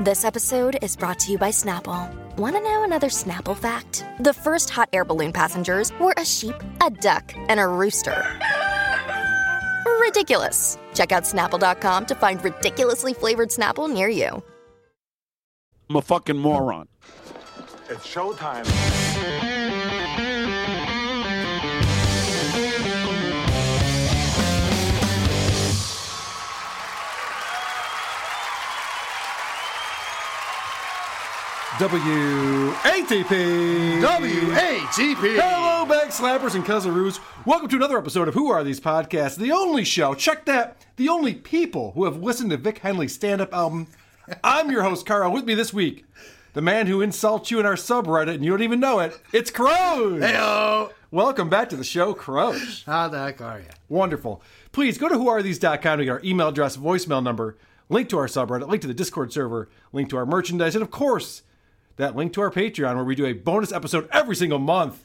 This episode is brought to you by Snapple. Want to know another Snapple fact? The first hot air balloon passengers were a sheep, a duck, and a rooster. Ridiculous. Check out snapple.com to find ridiculously flavored Snapple near you. I'm a fucking moron. It's showtime. WATP. WATP. Hello, bag slappers and cousin roos. Welcome to another episode of Who Are These Podcasts, the only show, check that, the only people who have listened to Vic Henley's stand up album. I'm your host, Carl. With me this week, the man who insults you in our subreddit and you don't even know it, it's Crows. Hello. Welcome back to the show, Crows. How the heck are you? Wonderful. Please go to whoarethese.com to get our email address, voicemail number, link to our subreddit, link to the Discord server, link to our merchandise, and of course, that link to our Patreon where we do a bonus episode every single month.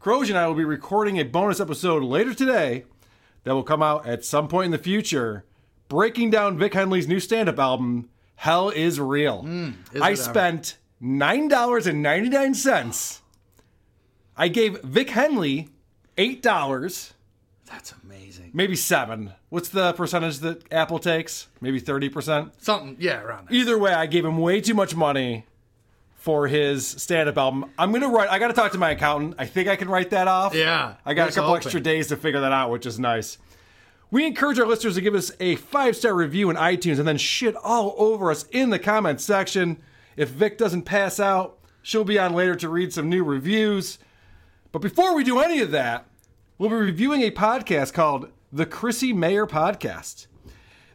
Croge and I will be recording a bonus episode later today that will come out at some point in the future, breaking down Vic Henley's new stand up album, Hell is Real. I ever. spent $9.99. I gave Vic Henley $8 That's amazing. maybe seven. What's the percentage that Apple takes? Maybe thirty percent. Something, yeah, around there. Either way, I gave him way too much money for his stand-up album. I'm gonna write. I got to talk to my accountant. I think I can write that off. Yeah, I got a let's couple hope extra it. days to figure that out, which is nice. We encourage our listeners to give us a five-star review in iTunes and then shit all over us in the comments section. If Vic doesn't pass out, she'll be on later to read some new reviews. But before we do any of that, we'll be reviewing a podcast called The Chrissy Mayer Podcast.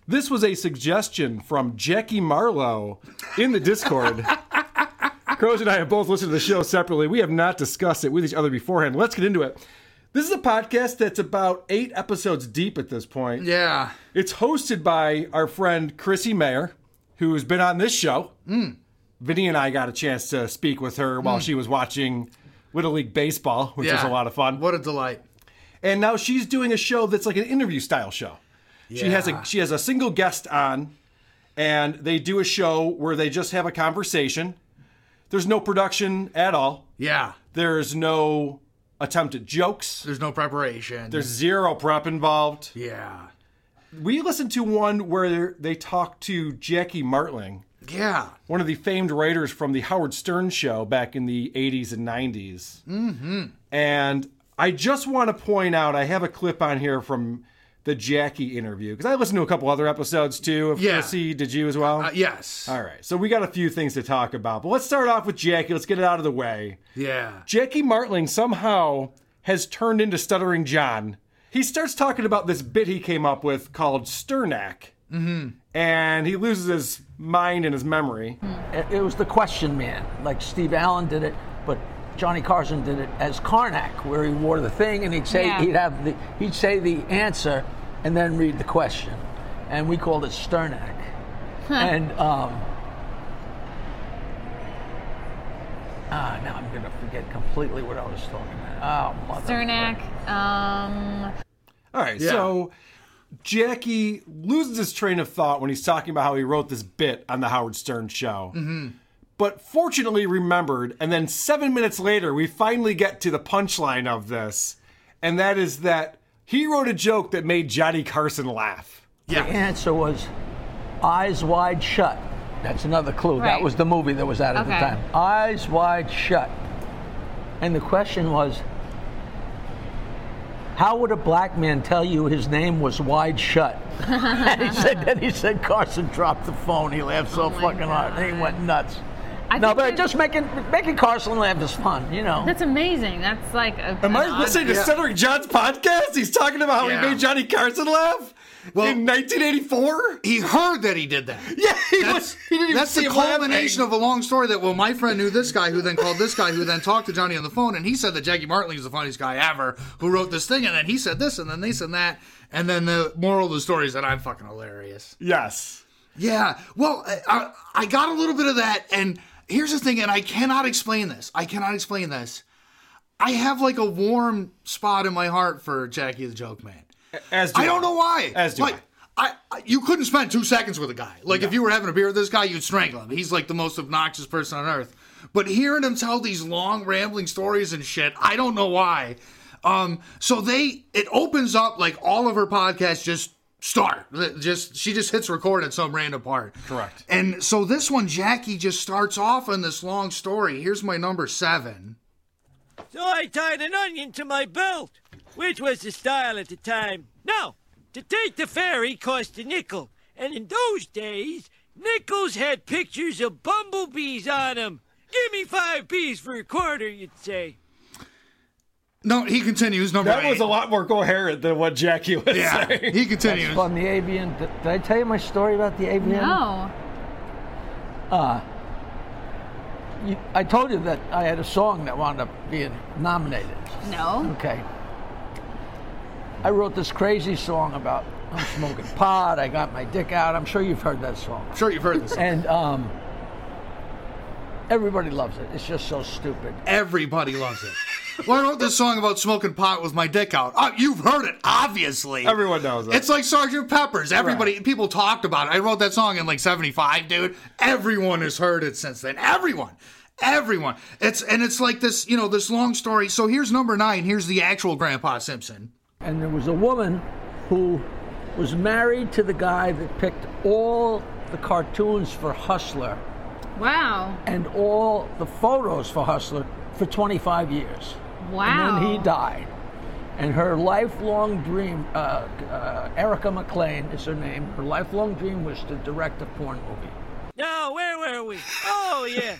This was a suggestion from Jackie Marlowe in the Discord. Crows and I have both listened to the show separately. We have not discussed it with each other beforehand. Let's get into it. This is a podcast that's about eight episodes deep at this point. Yeah. It's hosted by our friend Chrissy Mayer, who's been on this show. Hmm. Vinny and I got a chance to speak with her while she was watching Little League Baseball, which yeah. was a lot of fun. What a delight. And now she's doing a show that's like an interview style show. She has a Yeah. she has a single guest on, and they do a show where they just have a conversation. There's no production at all. Yeah. There's no attempt at jokes. There's no preparation. There's zero prep involved. Yeah. We listened to one where they talked to Jackie Martling, Yeah. one of the famed writers from the Howard Stern show back in the 80s and 90s. Mm-hmm. And I just want to point out I have a clip on here from the Jackie interview because I listened to a couple other episodes too. Of Yeah. Chrissy, did you as well? Uh, yes. All right. So we got a few things to talk about, but let's start off with Jackie. Let's get it out of the way. Yeah. Jackie Martling somehow has turned into Stuttering John. He starts talking about this bit he came up with called Sternak. Mm-hmm. And he loses his mind and his memory. It it was the question man. Like Steve Allen did it, but Johnny Carson did it as Karnak, where he wore the thing and he'd say Yeah. he'd have the he'd say the answer and then read the question, and we called it Sternak. And um, ah, now I'm gonna forget completely what I was talking about. Oh, mother. Cernak. Um, All right, so Jackie loses his train of thought when he's talking about how he wrote this bit on the Howard Stern show. But fortunately remembered, and then seven minutes later, we finally get to the punchline of this, and that is that he wrote a joke that made Johnny Carson laugh. The answer was Eyes Wide Shut. That's another clue. That Right. was the movie that was out at Okay. the time. Eyes Wide Shut. And the question was how would a black man tell you his name was Wide Shut? and he said, then he said Carson dropped the phone. He laughed so fucking hard. And he went nuts. Oh I no, think but that- just making making Carson laugh is fun, you know. that's amazing. That's like a. Am an I odd- listening to Cedric John's podcast? He's talking about how Yeah. he made Johnny Carson laugh? Well- in 1984? He heard that he did that. Yeah, he That's, was. He didn't even that's see the him laughing. culmination of a long story that, well, my friend knew this guy who then called this guy who then talked to Johnny on the phone, and he said that Jackie Martley is the funniest guy ever who wrote this thing, and then he said this, and then this and that. And then the moral of the story is that I'm fucking hilarious. Yes. Yeah. Well, I- I, I got a little bit of that. And here's the thing, and I cannot explain this. I cannot explain this. I have like a warm spot in my heart for Jackie the Joke Man. As do I don't know why. As do like, I. I- you couldn't spend two seconds with a guy. Like if you were having a beer with this guy, you'd strangle him. He's like the most obnoxious person on earth. But hearing him tell these long rambling stories and shit, I don't know why. Um, so they it opens up like all of her podcasts just start. Just she just hits record at some random part. Correct. And so this one, Jackie just starts off on this long story. Here's my number seven. So I tied an onion to my belt, which was the style at the time. Now, to take the ferry cost a nickel, and in those days, nickels had pictures of bumblebees on them. Give me five bees for a quarter, you'd say. No, he continues number That eight. was a lot more coherent than what Jackie was yeah. saying. He continues. On the avian, did did I tell you my story about the avian? No. Uh, You- I told you that I had a song that wound up being nominated. No. Okay. I wrote this crazy song about I'm smoking pot, I got my dick out. I'm sure you've heard that song. sure you've heard this. And um, everybody loves it. It's just so stupid. Everybody loves it. well, I wrote this song about smoking pot with my dick out. Uh, you've heard it, obviously. Everyone knows that. It's like Sergeant Pepper's. Everybody, people talked about it. I wrote that song in like '75, dude. Everyone has heard it since then. Everyone, everyone. It's and it's like this, you know, this long story. So here's number nine. Here's the actual Grandpa Simpson. and there was a woman who was married to the guy that picked all the cartoons for Hustler Wow. and all the photos for Hustler for 25 years. Wow. And then he died. And her lifelong dream, uh, uh, Erica McLean is her name, her lifelong dream was to direct a porn movie. Now, where were we? Oh, yeah.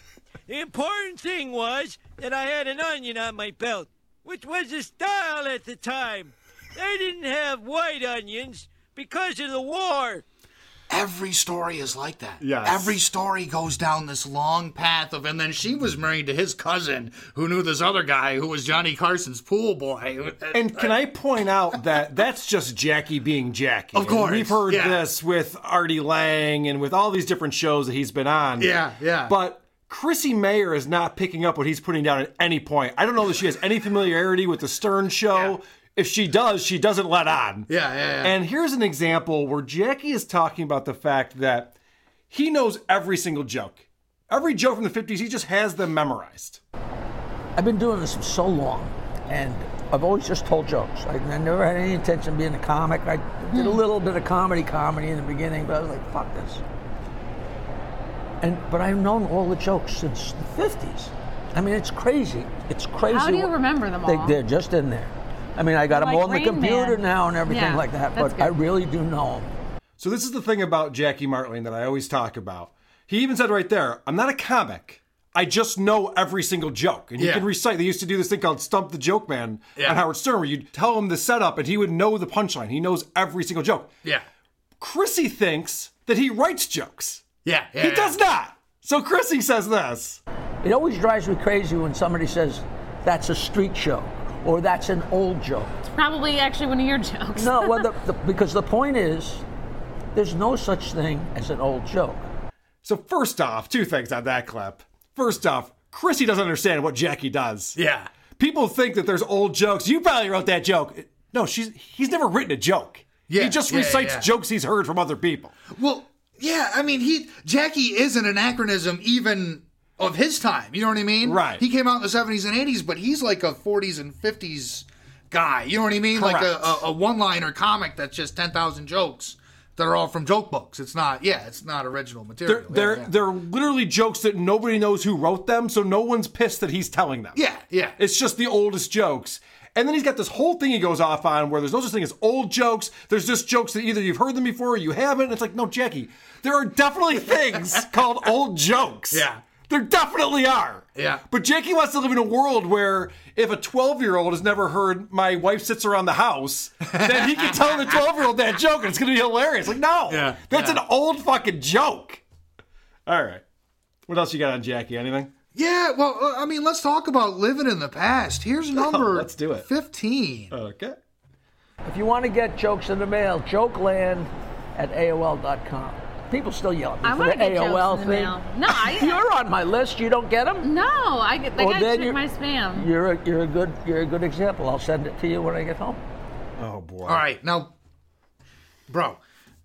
The important thing was that I had an onion on my belt, which was the style at the time. They didn't have white onions because of the war. Every story is like that. Yes. Every story goes down this long path of, and then she was married to his cousin who knew this other guy who was Johnny Carson's pool boy. And can I point out that that's just Jackie being Jackie? Of And course, we've heard yeah. this with Artie Lang and with all these different shows that he's been on. Yeah, yeah. But Chrissy Mayer is not picking up what he's putting down at any point. I don't know that she has any familiarity with the Stern show. If she does, she doesn't let on. Yeah, yeah, yeah. And here's an example where Jackie is talking about the fact that he knows every single joke. Every joke from the 50s, he just has them memorized. I've been doing this for so long, and I've always just told jokes. I, I never had any intention of being a comic. I did Hmm. a little bit of comedy, comedy in the beginning, but I was like, "Fuck this." And but I've known all the jokes since the fifties. I mean, it's crazy. It's crazy. How do you what- remember them They, all? they're just in there. I mean, I got them Like all on the Rain computer Man. now and everything Yeah, like that. that's But I good. really do know them. So this is the thing about Jackie Martling that I always talk about. He even said right there, I'm not a comic. I just know every single joke. And you Yeah. can recite. They used to do this thing called Stump the Joke Man Yeah. on Howard Stern, where you'd tell him the setup and he would know the punchline. He knows every single joke. yeah. Chrissy thinks that he writes jokes. Yeah, yeah. He does not. So Chrissy says this. It always drives me crazy when somebody says, "That's a street joke," or "That's an old joke." It's probably actually one of your jokes. No, well, the, the, because the point is, there's no such thing as an old joke. So first off, two things on that clip. First off, Chrissy doesn't understand what Jackie does. Yeah. people think that there's old jokes. You probably wrote that joke. No, she's he's never written a joke. Yeah, he just yeah, recites yeah. jokes he's heard from other people. Well, yeah, I mean, he Jackie is an anachronism even of his time. You know what I mean? Right. He came out in the 70s and 80s, but he's like a 40s and 50s guy. You know what I mean? Like a, Correct. a, a one-liner comic that's just 10,000 jokes that are all from joke books. It's not, yeah, it's not original They're material. they're, yeah, they're literally jokes that nobody knows who wrote them, so no one's pissed that he's telling them. yeah. yeah, yeah. It's just the oldest jokes. And then he's got this whole thing he goes off on where there's no such thing as old jokes. There's just jokes that either you've heard them before or you haven't. It's like, no, Jackie, there are definitely things called old jokes. Yeah. There definitely are. Yeah. But Jakey wants to live in a world where if a 12 year old has never heard my wife sits around the house, then he can tell the 12 year old that joke and it's going to be hilarious. Like, no. Yeah, That's yeah. an old fucking joke. All right. What else you got on Jackie? Anything? Yeah, well, uh, I mean, let's talk about living in the past. Here's number Oh, let's do it. 15. Okay. If you want to get jokes in the mail, jokeland at AOL.com. People still yell at me I for want the to get AOL jokes in the thing. mail. No, I. You're on my list. You don't get them? No, I get. Well, I then gotta you're- check my spam. You're a, you're a good you're a good example. I'll send it to you when I get home. Oh, boy. All right, now, bro,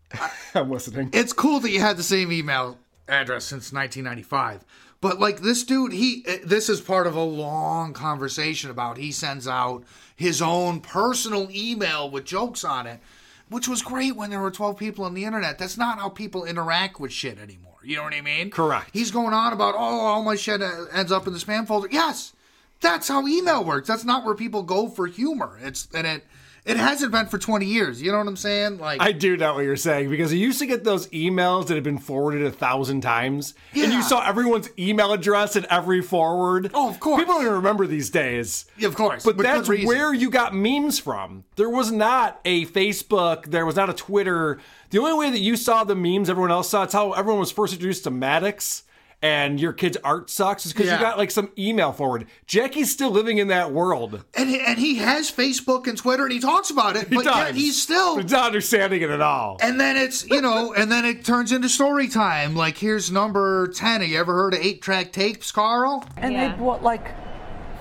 I'm listening. it's cool that you had the same email address since 1995. But like this dude, he uh, this is part of a long conversation about he sends out his own personal email with jokes on it, which was great when there were 12 people on the internet. That's not how people interact with shit anymore. You know what I mean? Correct. He's going on about oh, all my shit uh, ends up in the spam folder. Yes. That's how email works. That's not where people go for humor. It's and it it hasn't been for 20 years. You know what I'm saying? Like I do know what you're saying because I used to get those emails that had been forwarded a thousand times, and Yeah. you saw everyone's email address in every forward. Oh, of course. People don't even remember these days. Yeah, of course. But With good that's reason. where you got memes from. There was not a Facebook. There was not a Twitter. The only way that you saw the memes everyone else saw, it's how everyone was first introduced to Maddox and your kid's art sucks is because Yeah. you got like some email forward. Jackie's still living in that world. and he, and he has Facebook and Twitter and he talks about it, He but yet does. he's still. He's not understanding it at all. And then it's you know, and then it turns into story time. Like here's number ten. Have you ever heard of eight track tapes, Carl? And Yeah. they bought like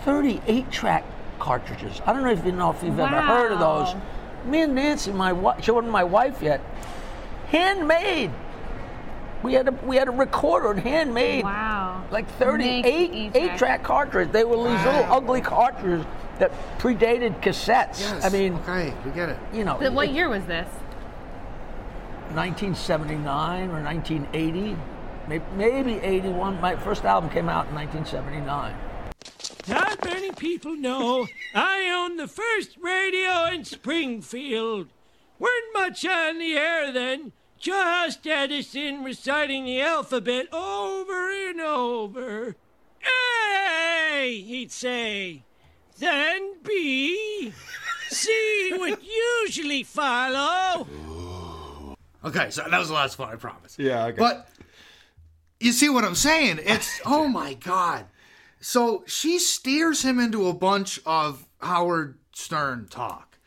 38 track cartridges. I don't know if you know if you've ever heard of those. Wow. Me and Nancy, my wife, she wasn't my wife yet. Handmade. We had a we had a recorder, handmade. Wow. Like Make 38 eight track cartridge. They were these little ugly cartridges that predated cassettes. I mean, okay, we get it. you know, But what it- year was this? 1979 or 1980, may- maybe 81. My first album came out in 1979. Not many people know I own the first radio in Springfield. Weren't much on the air then, just Edison reciting the alphabet over and over. A, he'd say, then B, C would usually follow. Okay, so that was the last one. I promise. Yeah, okay. But you see what I'm saying? It's oh my god. So she steers him into a bunch of Howard Stern talk,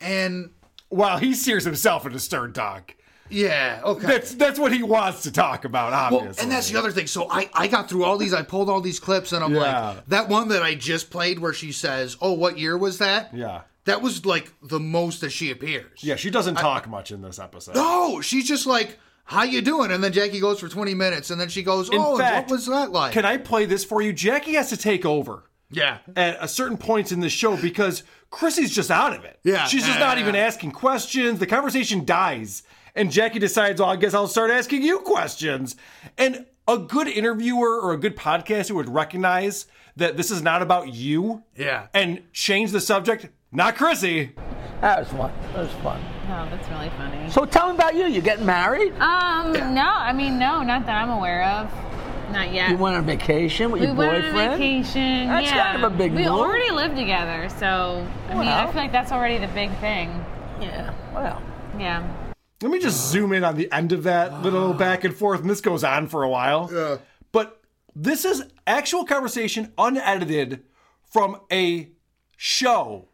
and While he sears himself into stern talk. yeah, okay. That's that's what he wants to talk about, Well, obviously. and that's the other thing. So I, I got through all these. I pulled all these clips, and I'm Yeah. like, that one that I just played where she says, "Oh, what year was that?" Yeah. that was like the most that she appears. yeah, she doesn't talk much in this episode. No, she's just like, "How you doing?" And then Jackie goes for 20 minutes, and then she goes, In "Oh, and fact, what was that like?" Can I play this for you? Jackie has to take over yeah, at a certain points in the show because Chrissy's just out of it. Yeah. She's just Yeah, not yeah, even yeah. asking questions. The conversation dies. And Jackie decides, well, I guess I'll start asking you questions. And a good interviewer or a good podcaster would recognize that this is not about you yeah, and change the subject. Not Chrissy. That was fun. That was fun. No, Oh, that's really funny. So tell me about you. You getting married? Um, Yeah. no, I mean, no, not that I'm aware of. Not yet. You went on vacation with we your went boyfriend? on a vacation. That's yeah. kind of a big We move. already live together, so I mean, I Well. feel like that's already the big thing. Yeah. Well, Yeah. Let me just zoom in on the end of that little back and forth, and this goes on for a while. But this is actual conversation unedited from a show.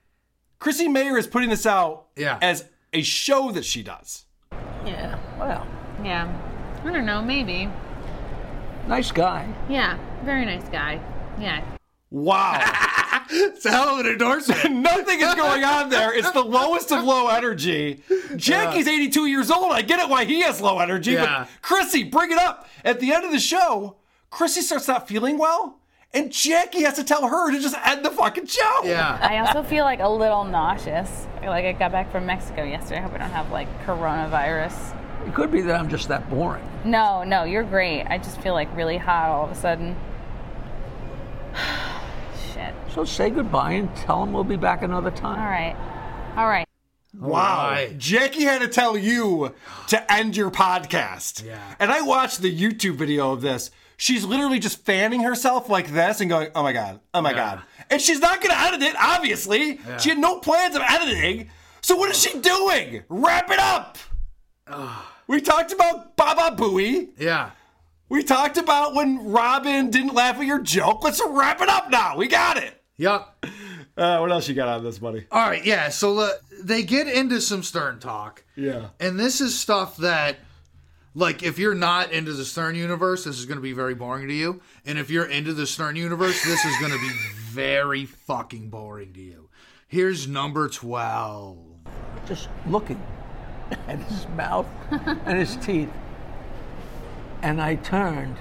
Chrissy Mayer is putting this out Yeah. as a show that she does. yeah. Well, Yeah. I don't know, maybe. nice guy. Yeah. Very nice guy. Yeah. Wow. it's a hell of an endorsement. Nothing is going on there. It's the lowest of low energy. Jackie's 82 years old. I get it why he has low energy. Yeah. But Chrissy, bring it up. At the end of the show, Chrissy starts not feeling well, and Jackie has to tell her to just end the fucking show. yeah, I also feel like a little nauseous. Like I got back from Mexico yesterday. I hope I don't have like coronavirus. It could be that I'm just that boring. No, no, you're great. I just feel like really hot all of a sudden. Shit. So say goodbye and tell him we'll be back another time. All right. All right. Oh, Wow. Right. Jackie had to tell you to end your podcast. Yeah. And I watched the YouTube video of this. She's literally just fanning herself like this and going, "Oh my god, oh my god," and she's not going to edit it. Obviously, she had no plans of editing. So what is she doing? Wrap it up. We talked about Baba Booey. Yeah. We talked about when Robin didn't laugh at your joke. Let's wrap it up now. We got it. Yup. Uh, what else you got on this, buddy? All right. Yeah. So uh, they get into some Stern talk. Yeah. And this is stuff that, like, if you're not into the Stern universe, this is going to be very boring to you. And if you're into the Stern universe, this is going to be very fucking boring to you. Here's number 12. just looking at his mouth and his teeth. And I turned,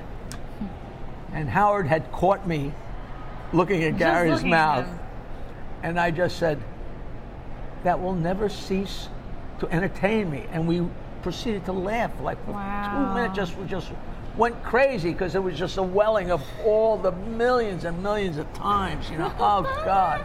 and Howard had caught me looking at Gary's looking at mouth. him. And I just said, That will never cease to entertain me. And we proceeded to laugh like for two minutes, just we just went crazy because it was just a welling of all the millions and millions of times, you know, oh God.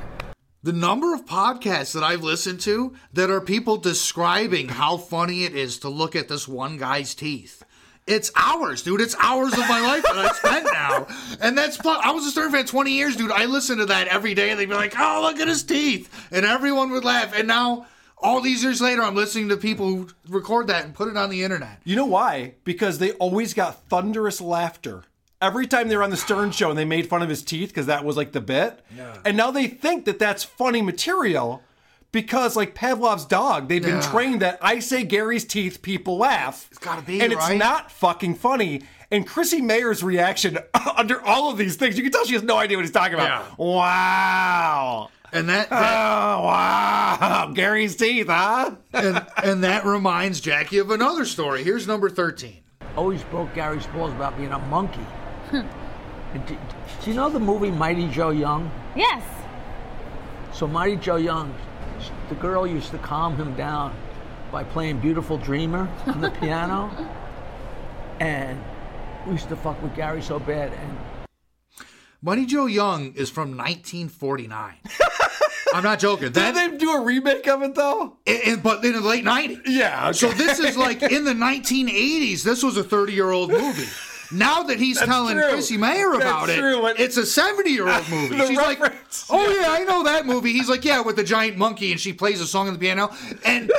The number of podcasts that I've listened to that are people describing how funny it is to look at this one guy's teeth. It's hours, dude. It's hours of my life that I spent now. And that's fu- I was a Stern fan 20 years, dude. I listened to that every day and they'd be like, oh, look at his teeth. And everyone would laugh. And now, all these years later, I'm listening to people who record that and put it on the internet. You know why? Because they always got thunderous laughter. Every time they were on the Stern show and they made fun of his teeth because that was like the bit. And now they think that that's funny material because, like Pavlov's dog, they've been Yeah. trained that I say Gary's teeth, people laugh. It's gotta be, And right? it's not fucking funny. And Chrissy Mayer's reaction under all of these things, you can tell she has no idea what he's talking about. Yeah. Wow. And that, Oh, that- wow. Gary's teeth, huh? and, and that reminds Jackie of another story. Here's number 13. always broke Gary's balls about being a monkey. And do, do you know the movie Mighty Joe Young? Yes. So Mighty Joe Young, sh- the girl used to calm him down by playing "Beautiful Dreamer" on the piano, and we used to fuck with Gary so bad. And Money Joe Young is from 1949. I'm not joking. That, Did they do a remake of it, though? and- and- but in the late 90s. Yeah. okay. So this is like in the 1980s. This was a 30 year old movie. Now that he's telling true. Chrissy Mayer That's about it, true, but- it's a 70 year old movie. The She's reference. like, "Oh yeah, I know that movie." He's like, "Yeah, with the giant monkey," and she plays a song on the piano, and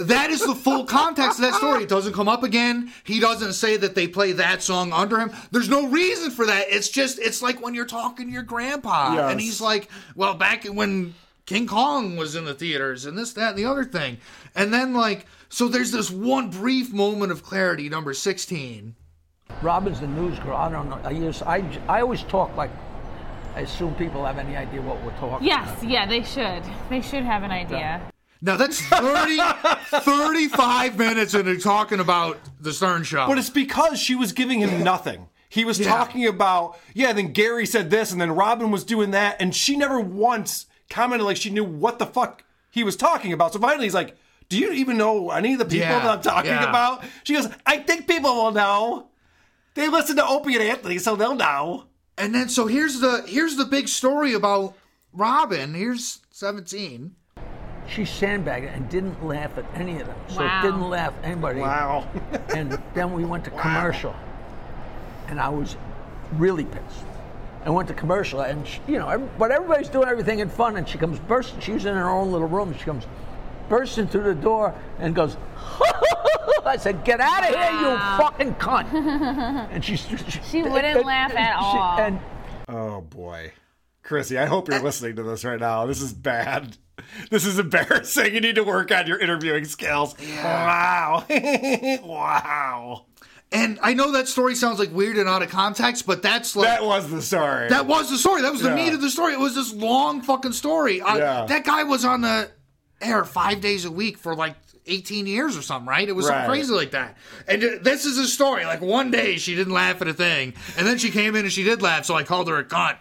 that is the full context of that story. It doesn't come up again. He doesn't say that they play that song under him. There's no reason for that. It's just it's like when you're talking to your grandpa and Yes. he's like, "Well, back when King Kong was in the theaters and this that and the other thing." And then like so there's this one brief moment of clarity number 16. Robin's the news girl. I don't know. I use I, j- I always talk like I assume people have any idea what we're talking. about. Yes. Yeah, they should. They should have an idea. Now that's 30 35 minutes into talking about the Stern show. But it's because she was giving him nothing. He was talking about, yeah, then Gary said this, and then Robin was doing that, and she never once commented like she knew what the fuck he was talking about. So finally he's like, Do you even know any of the people Yeah, that I'm talking yeah. about? She goes, I think people will know. They listen to Opie and Anthony, so they'll know. And then so here's the here's the big story about Robin. Here's 17. She sandbagged it and didn't laugh at any of them. So Wow. didn't laugh at anybody. Wow. and then we went to commercial, and I was really pissed. I went to commercial, and she, you know, every, but everybody's doing everything in fun, and she comes bursting. She was in her own little room. She comes bursting through the door and goes. I said, "Get out of here, you fucking cunt!" And she she, She wouldn't laugh at she- all. and Oh boy. Chrissy, I hope you're listening to this right now. This is bad. This is embarrassing. You need to work on your interviewing skills. Wow. wow. And I know that story sounds like weird and out of context, but that's like That that, was the story. was the story. That was the Yeah. meat of the story. It was this long fucking story. Uh, Yeah. That guy was on the air five days a week for like 18 years or something, right? It was Right. something crazy like that. And uh, this is a story. Like one day she didn't laugh at a thing, and then she came in and she did laugh, so I called her a cunt.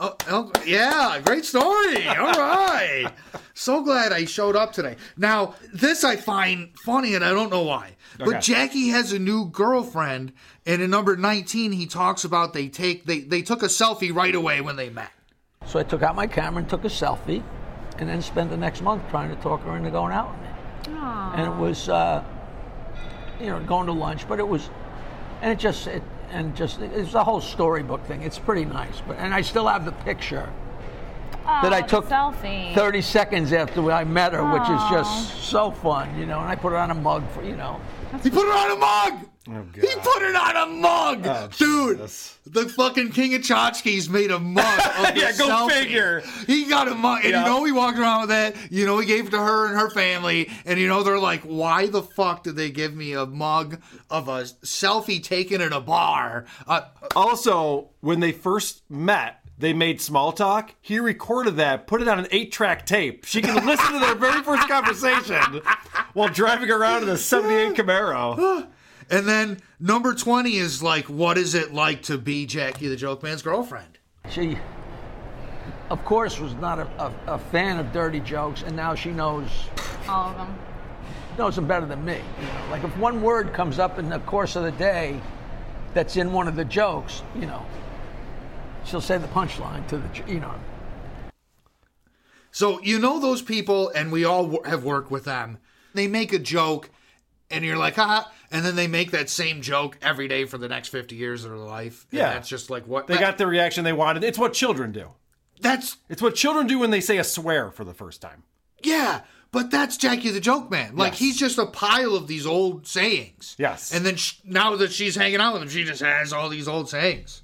Oh, oh, yeah, great story. All right. So glad I showed up today. Now, this I find funny and I don't know why. But Jackie has a new girlfriend and in number 19 he talks about they take they they took a selfie right away when they met. so I took out my camera and took a selfie, and then spent the next month trying to talk her into going out with me. And it was, uh, you know, going to lunch, but it was, and it just, it, and just it's a whole storybook thing. It's pretty nice, but and I still have the picture Oh, that I the took selfie. 30 seconds after I met her, which is just so fun, you know. And I put it on a mug for you know. He put it on a mug. Oh, he put it on a mug, dude. The fucking king of tchotchkes made a mug. Of Yeah, the go selfie. figure. He got a mug, and Yeah. you know he walked around with that. You know he gave it to her and her family, and you know they're like, "Why the fuck did they give me a mug of a selfie taken at a bar?" Uh, Also, when they first met, they made small talk. He recorded that, put it on an eight-track tape. She can listen to their very first conversation while driving around in a '78 Camaro. and then number twenty is like, "What is it like to be Jackie the Joke Man's girlfriend?" She, of course, was not a, a, a fan of dirty jokes, and now she knows All of them. knows them better than me. You know? Like if one word comes up in the course of the day, that's in one of the jokes, you know, she'll say the punchline to the, j- you know. So you know those people, and we all w- have worked with them. They make a joke, and you're like, ah, and then they make that same joke every day for the next 50 years of their life. and Yeah. that's just like what They got the reaction they wanted. It's what children do. That's It's what children do when they say a swear for the first time. yeah, but that's Jackie the Joke Man. Like Yes. he's just a pile of these old sayings. Yes. And then sh- now that she's hanging out with him, she just has all these old sayings.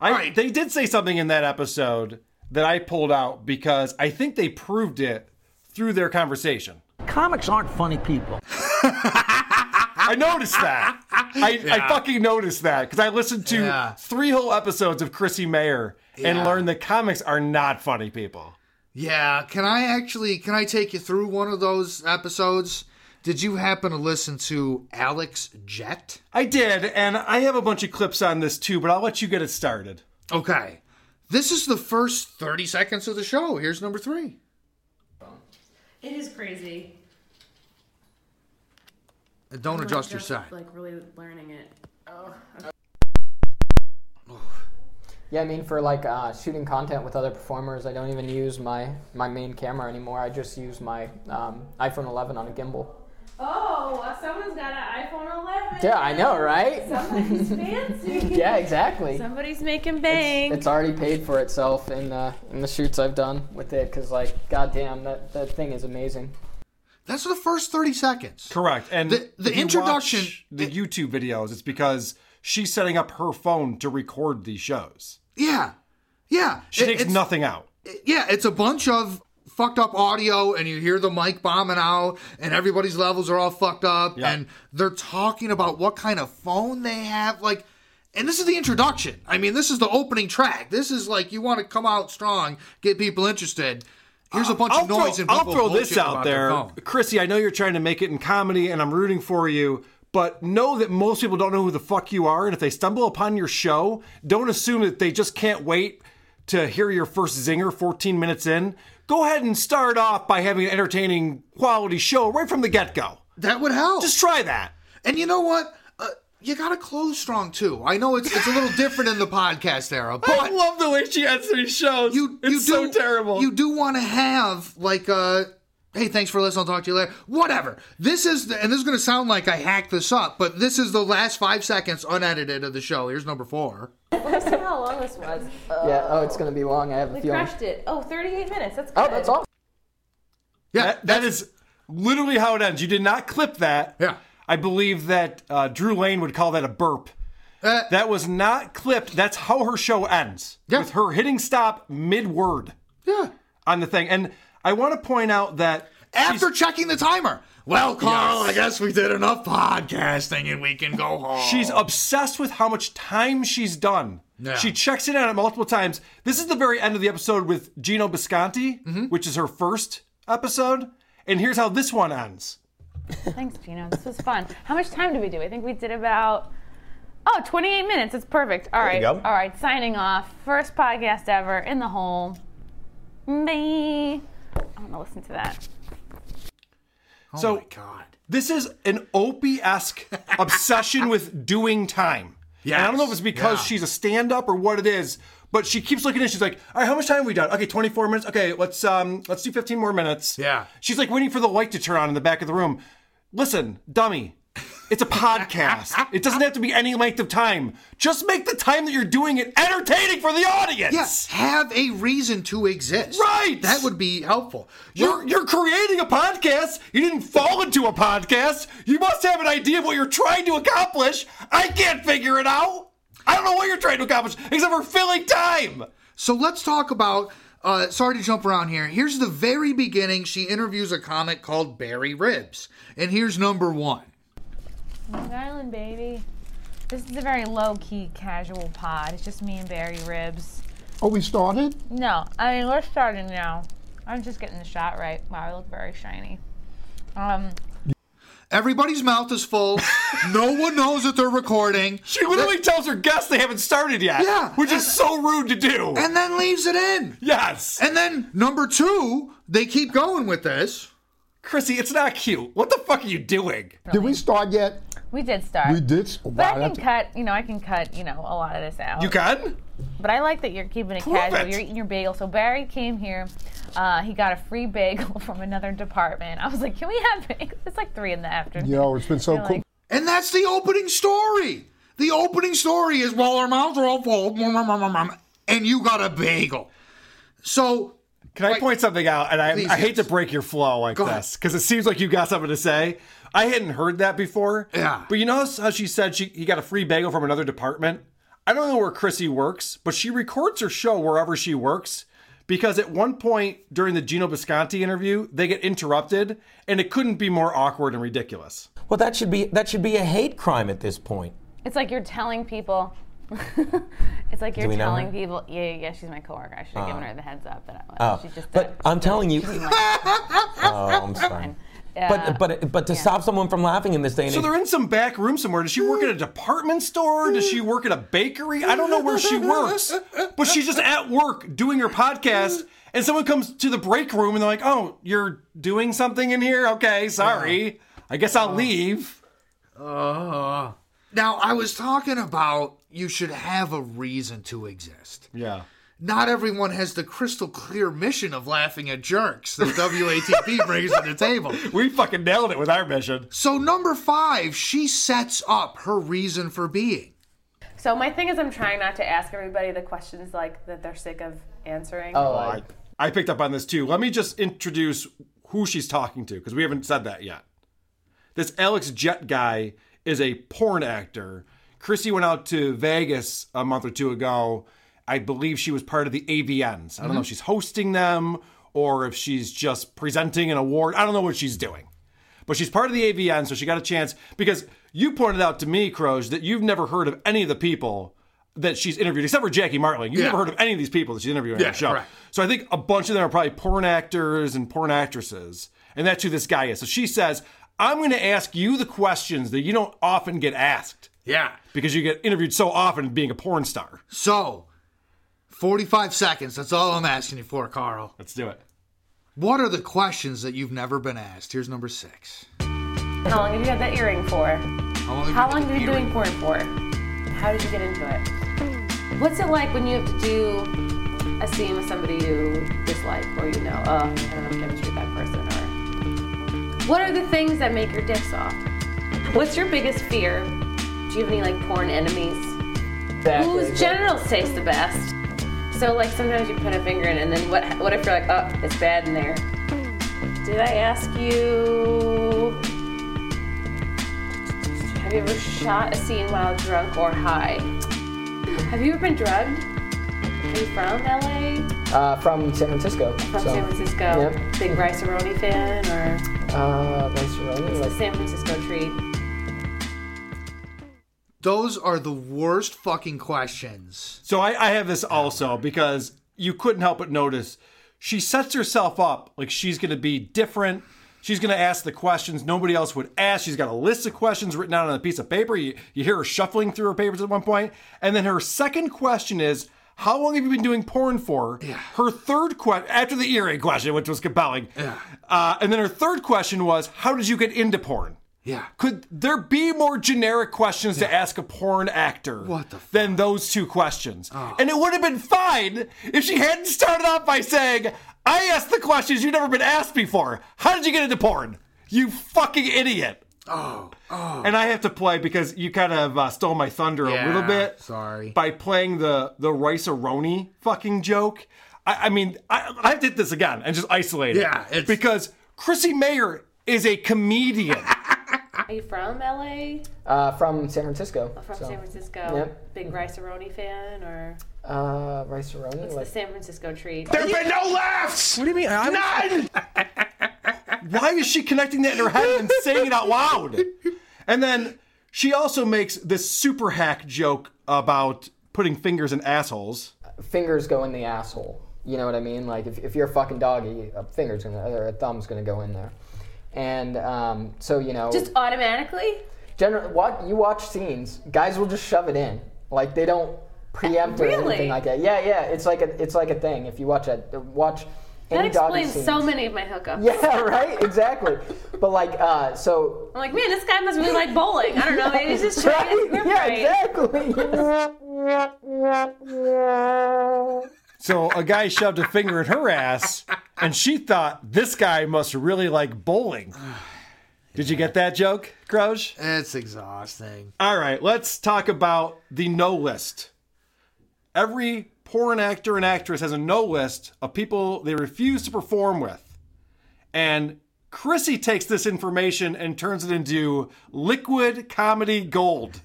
I, Right. They did say something in that episode that I pulled out because I think they proved it through their conversation. Comics aren't funny people. I noticed that. I, I fucking noticed that because I listened to Yeah. three whole episodes of Chrissy Mayer and Yeah. learned that comics are not funny people. Yeah, can I actually can I take you through one of those episodes? Did you happen to listen to Alex Jet? I did, and I have a bunch of clips on this too, but I'll let you get it started. Okay. This is the first 30 seconds of the show. Here's number three. It is crazy. Oh And Don't adjust your side. Like really learning it. Oh. Yeah, I mean for like uh, shooting content with other performers, I don't even use my my main camera anymore. I just use my um, iPhone 11 on a gimbal. Oh, someone's got an iPhone 11. Yeah, I know, right? Somebody's fancy. Yeah, exactly. Somebody's making bank. It's already paid for itself in uh, in the shoots I've done with it because like goddamn that that thing is amazing. That's the first 30 seconds. Correct. And The- the if you introduction- watch the YouTube videos, it's because she's setting up her phone to record these shows. Yeah. Yeah. She It- takes it's- nothing out. Yeah, it's a bunch of fucked up audio, and you hear the mic bombing out, and everybody's levels are all fucked up, Yeah. and they're talking about what kind of phone they have. Like, and this is the introduction. I mean, this is the opening track. This is like you want to come out strong, get people interested. Here's a bunch Uh, I'll of noise throw, and people I'll throw this bullshit out about their there. phone. Chrissy, I know you're trying to make it in comedy and I'm rooting for you, but know that most people don't know who the fuck you are. And if they stumble upon your show, don't assume that they just can't wait to hear your first zinger 14 minutes in. Go ahead and start off by having an entertaining quality show right from the get go. That would help. Just try that. And you know what? Uh, you gotta close strong too. I know it's it's a little different in the podcast era, but love the way she has these shows. you you do You do want to have like uh Hey, thanks for listening. I'll talk to you later. Whatever. This is, the, and this is going to sound like I hacked this up, but this is the last five seconds unedited of the show. Here's number four. Let's see how long this was. Yeah. Oh, it's gonna be long. I have a We feeling. crushed it. Oh, 38 minutes. That's good. Oh, that's awesome. Yeah, That- that is literally how it ends. You did not clip that. Yeah. I believe that uh, Drew Lane would call that a burp. Uh, that was not clipped. That's how her show ends. Yeah. With her hitting stop mid word yeah. on the thing. And I want to point out that After checking the timer. Well, Carl, I guess we did enough podcasting and we can go home. she's obsessed with how much time she's done. Yeah. She checks it out multiple times. This is the very end of the episode with Gino Bisconti, Mm-hmm. which is her first episode. And here's how this one ends. Thanks, Gino. This was fun. How much time did we do? I think we did about oh, 28 minutes. It's perfect. All right. go. All right. Signing off. First podcast ever in the hole. Bye. I want to listen to that. so Oh God. This is an Opie esque obsession with doing time. Yeah. And I don't know if it's because Yeah. she's a stand up or what it is, but she keeps looking at it. She's like, all right, how much time have we done? Okay, 24 minutes. Okay, let's um let's do 15 more minutes. Yeah. She's like waiting for the light to turn on in the back of the room. Listen, dummy. It's a podcast. it doesn't have to be any length of time. Just make the time that you're doing it entertaining for the audience. Yes, have a reason to exist. Right. That would be helpful. You're you're creating a podcast. You didn't fall into a podcast. You must have an idea of what you're trying to accomplish. I can't figure it out. I don't know what you're trying to accomplish except for filling time. So let's talk about. Uh, sorry to jump around here. Here's the very beginning. She interviews a comic called Barry Ribs, and here's number one. Long Island, baby. This is a very low key, casual pod. It's just me and Barry Ribs. Oh, we started? No, I mean, we're starting now. I'm just getting the shot right. Wow, I look very shiny. Um, Everybody's mouth is full. no one knows that they're recording. She literally tells her guests they haven't started yet. Yeah. Which is so rude to do. And then leaves it in. Yes. And then number two, they keep going with this. Chrissy, it's not cute. What the fuck are you doing? Did we start yet? we did start. We did. Oh, But wow, I can that's- cut, you know, I can cut, you know, a lot of this out. You can? But I like that you're keeping it Prove casual. it. You're eating your bagel. So Barry came here. Uh, he got a free bagel from another department. I was like, "Can we have bagels?" It's like three in the afternoon. Yo, it's been so They're cool. like- And that's the opening story. The opening story is while our mouths are all full, nom, nom, nom, nom, nom, and you got a bagel. So Can I point something out? And I, Please, I hate to break your flow like Go ahead. this because it seems like you got something to say. I hadn't heard that before. Yeah. But you notice how she said she he got a free bagel from another department? I don't know where Chrissy works, but she records her show wherever she works because at one point during the Gino Bisconti interview, they get interrupted and it couldn't be more awkward and ridiculous. Well, that should be that should be a hate crime at this point. It's like you're telling people. it's like Do you're we know her? telling people. Yeah, yeah, yeah, she's my coworker. I should have given Uh, her the heads up. But I, Oh, she's just. but I'm telling you. oh, I'm sorry. Yeah. But but but to stop someone from laughing in this day and So age. they're in some back room somewhere. Does she work at a department store? Does she work at a bakery? I don't know where she works, but she's just at work doing her podcast. And someone comes to the break room and they're like, "Oh, you're doing something in here? Okay, sorry. I guess Uh-huh. I'll leave." Uh-huh. Uh, now I was talking about you should have a reason to exist. Yeah. Not everyone has the crystal clear mission of laughing at jerks that WATP brings to the table. We fucking nailed it with our mission. So number five, she sets up her reason for being. So my thing is, I'm trying not to ask everybody the questions like that they're sick of answering. Oh, I, Oh, I picked up on this too. Let me just introduce who she's talking to because we haven't said that yet. This Alex Jet guy is a porn actor. Chrissy went out to Vegas a month or two ago. I believe she was part of the AVNs. I don't know Mhm. if she's hosting them or if she's just presenting an award. I don't know what she's doing. But she's part of the AVN, so she got a chance because you pointed out to me, Croge, that you've never heard of any of the people that she's interviewed, except for Jackie Martling. You've Yeah. never heard of any of these people that she's interviewing on Yeah, the show. correct. So I think a bunch of them are probably porn actors and porn actresses. And that's who this guy is. So she says, I'm going to ask you the questions that you don't often get asked Yeah. because you get interviewed so often being a porn star. So, 45 seconds. That's all I'm asking you for, Carl. Let's do it. What are the questions that you've never been asked? Here's number six. How long have you had that earring for? How long have How you long been have you been doing porn for? How did you get into it? What's it like when you have to do a scene with somebody you dislike or you know, uh, I don't have chemistry with that person or what are the things that make your dick soft? What's your biggest fear? Do you have any like porn enemies? Whose genitals taste the best? So like sometimes you put a finger in and then what what if you're like, oh, it's bad in there? Did I ask you have you ever shot a scene while drunk or high? Have you ever been drugged? Are you from LA? Uh, from San Francisco. From so- San Francisco? Yep. Big rice aroni fan or Uh, Vice Royal, it's like- a San Francisco treat? Those are the worst fucking questions. So I, I have this also because you couldn't help but notice she sets herself up like she's going to be different. She's going to ask the questions nobody else would ask. She's got a list of questions written down on a piece of paper. You, you hear her shuffling through her papers at one point. And then her second question is, how long have you been doing porn for? Her third question, after the earring question, which was compelling. Uh, and then her third question was, how did you get into porn? Yeah. Could there be more generic questions to ask a porn actor what the than those two questions? Ah. And it would have been fine if she hadn't started off by saying, I asked the questions you've never been asked before. How did you get into porn? You fucking idiot. Oh, oh. And I have to play because you kind of uh, stole my thunder a little Yeah, bit. Sorry. By playing the the rice aroni fucking joke. I, I mean, I, I did this again and just isolate it. Yeah, it's- Because Chrissy Mayer is a comedian. Are you from LA? Uh, from San Francisco. Oh, From so- San Francisco? Yep. Mm-hmm. Big rice aroni fan or Uh, rice aroni. what's like- the San Francisco treat? laughs. What do you mean? None. Why is she connecting that in her head and saying it out loud? And then she also makes this super hack joke about putting fingers in assholes. fingers go in the asshole. You know what I mean? Like if, if you're a fucking doggy, a finger's gonna or a thumb's gonna go in there. And um, so you know, Just automatically? general what you watch scenes, guys will just shove it in. Like they don't preempt or Really? anything like that. Yeah, yeah. It's like a it's like a thing. If you watch that, watch. That any doggy explains scenes. so many of my hookups. Yeah, right. Exactly. but like, uh, so I'm like, man, this guy must really like bowling. I don't know. Maybe he's just trying right? his grip Yeah, right. exactly. So a guy shoved a finger in her ass, and she thought this guy must really like bowling. Did you get that joke, Groj? It's exhausting. All right, let's talk about the no list. Every porn actor and actress has a no list of people they refuse to perform with. And Chrissy takes this information and turns it into liquid comedy gold.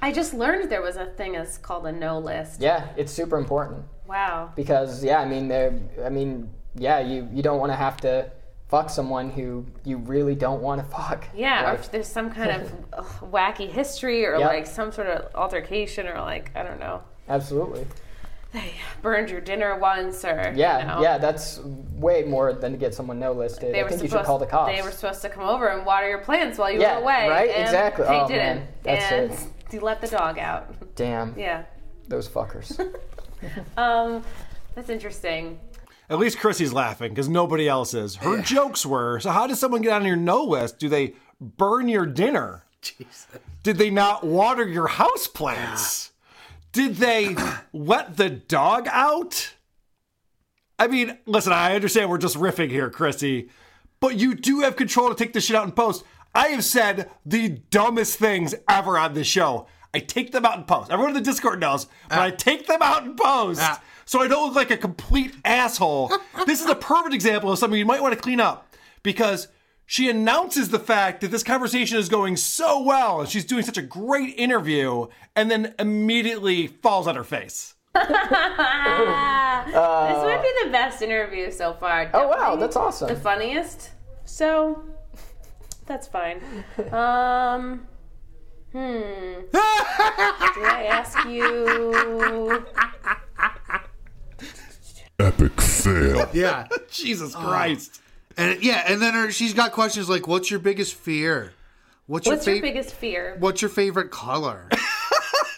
I just learned there was a thing that's called a no list. yeah, it's super important. Wow. because yeah, I mean, they're- I mean, yeah, you you don't want to have to fuck someone who you really don't want to fuck. Yeah, or Like, if there's some kind of ugh, wacky history or Yeah. like some sort of altercation or like, I don't know, absolutely. burned your dinner once or. Yeah, you know, yeah, that's way more than to get someone no listed. They I were think you supposed, should call the cops. They were supposed to come over and water your plants while you Yeah, were away. right? and Exactly. They Oh, didn't. man. That's and it. you let the dog out. Damn, Yeah. those fuckers. Um, that's interesting. At least Chrissy's laughing because nobody else is. Her jokes were so, how does someone get on your no list? Do they burn your dinner? Jesus. Did they not water your house plants? Did they let the dog out? I mean, listen, I understand we're just riffing here, Chrissy, but you do have control to take this shit out in post. I have said the dumbest things ever on this show. I take them out in post. Everyone in the Discord knows, but I take them out in post so I don't look like a complete asshole. this is a perfect example of something you might want to clean up because she announces the fact that this conversation is going so well and she's doing such a great interview and then immediately falls on her face. Uh, this might be the best interview so far. Oh, wow, Definitely that's awesome. The funniest. So that's fine. Um, hmm. Did I ask you? Epic fail. Yeah. Jesus Oh. Christ. And yeah, and then her, she's got questions like, "What's your biggest fear? What's, What's your, your fa- biggest fear? What's your favorite color?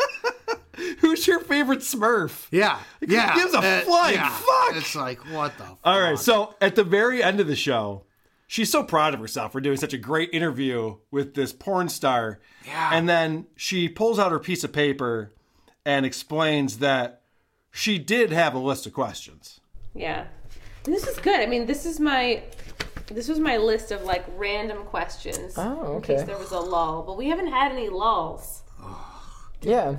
Who's your favorite Smurf? Yeah, Who yeah. gives a uh, flying yeah. fuck? It's like what the All right, so at the very end of the show, she's so proud of herself for doing such a great interview with this porn star. Yeah. And then she pulls out her piece of paper and explains that she did have a list of questions. Yeah. This is good. I mean, this is my. This was my list of like random questions. Oh, In okay. case there was a lull, but we haven't had any lulls. yeah.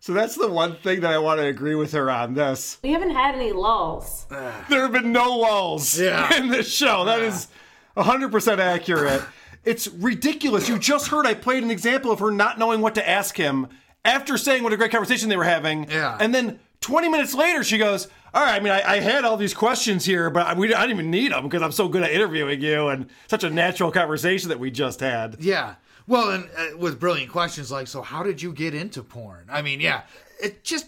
So that's the one thing that I want to agree with her on this. We haven't had any lulls. There have been no lulls Yeah. in this show. That is 100% accurate. It's ridiculous. You just heard I played an example of her not knowing what to ask him after saying what a great conversation they were having. Yeah. And then 20 minutes later, she goes, All right, I mean, I, I had all these questions here, but I, we, I didn't even need them because I'm so good at interviewing you and such a natural conversation that we just had. Yeah. Well, and uh, with brilliant questions like, "So how did you get into porn?" I mean, yeah, it just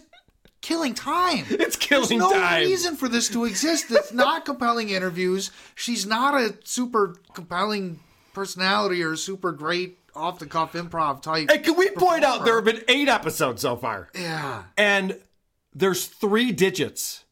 killing time. It's killing There's no time. reason for this to exist. It's not compelling interviews. She's not a super compelling personality or super great off the cuff improv type. And can we point out there have been eight episodes so far? Yeah. And there's three digits.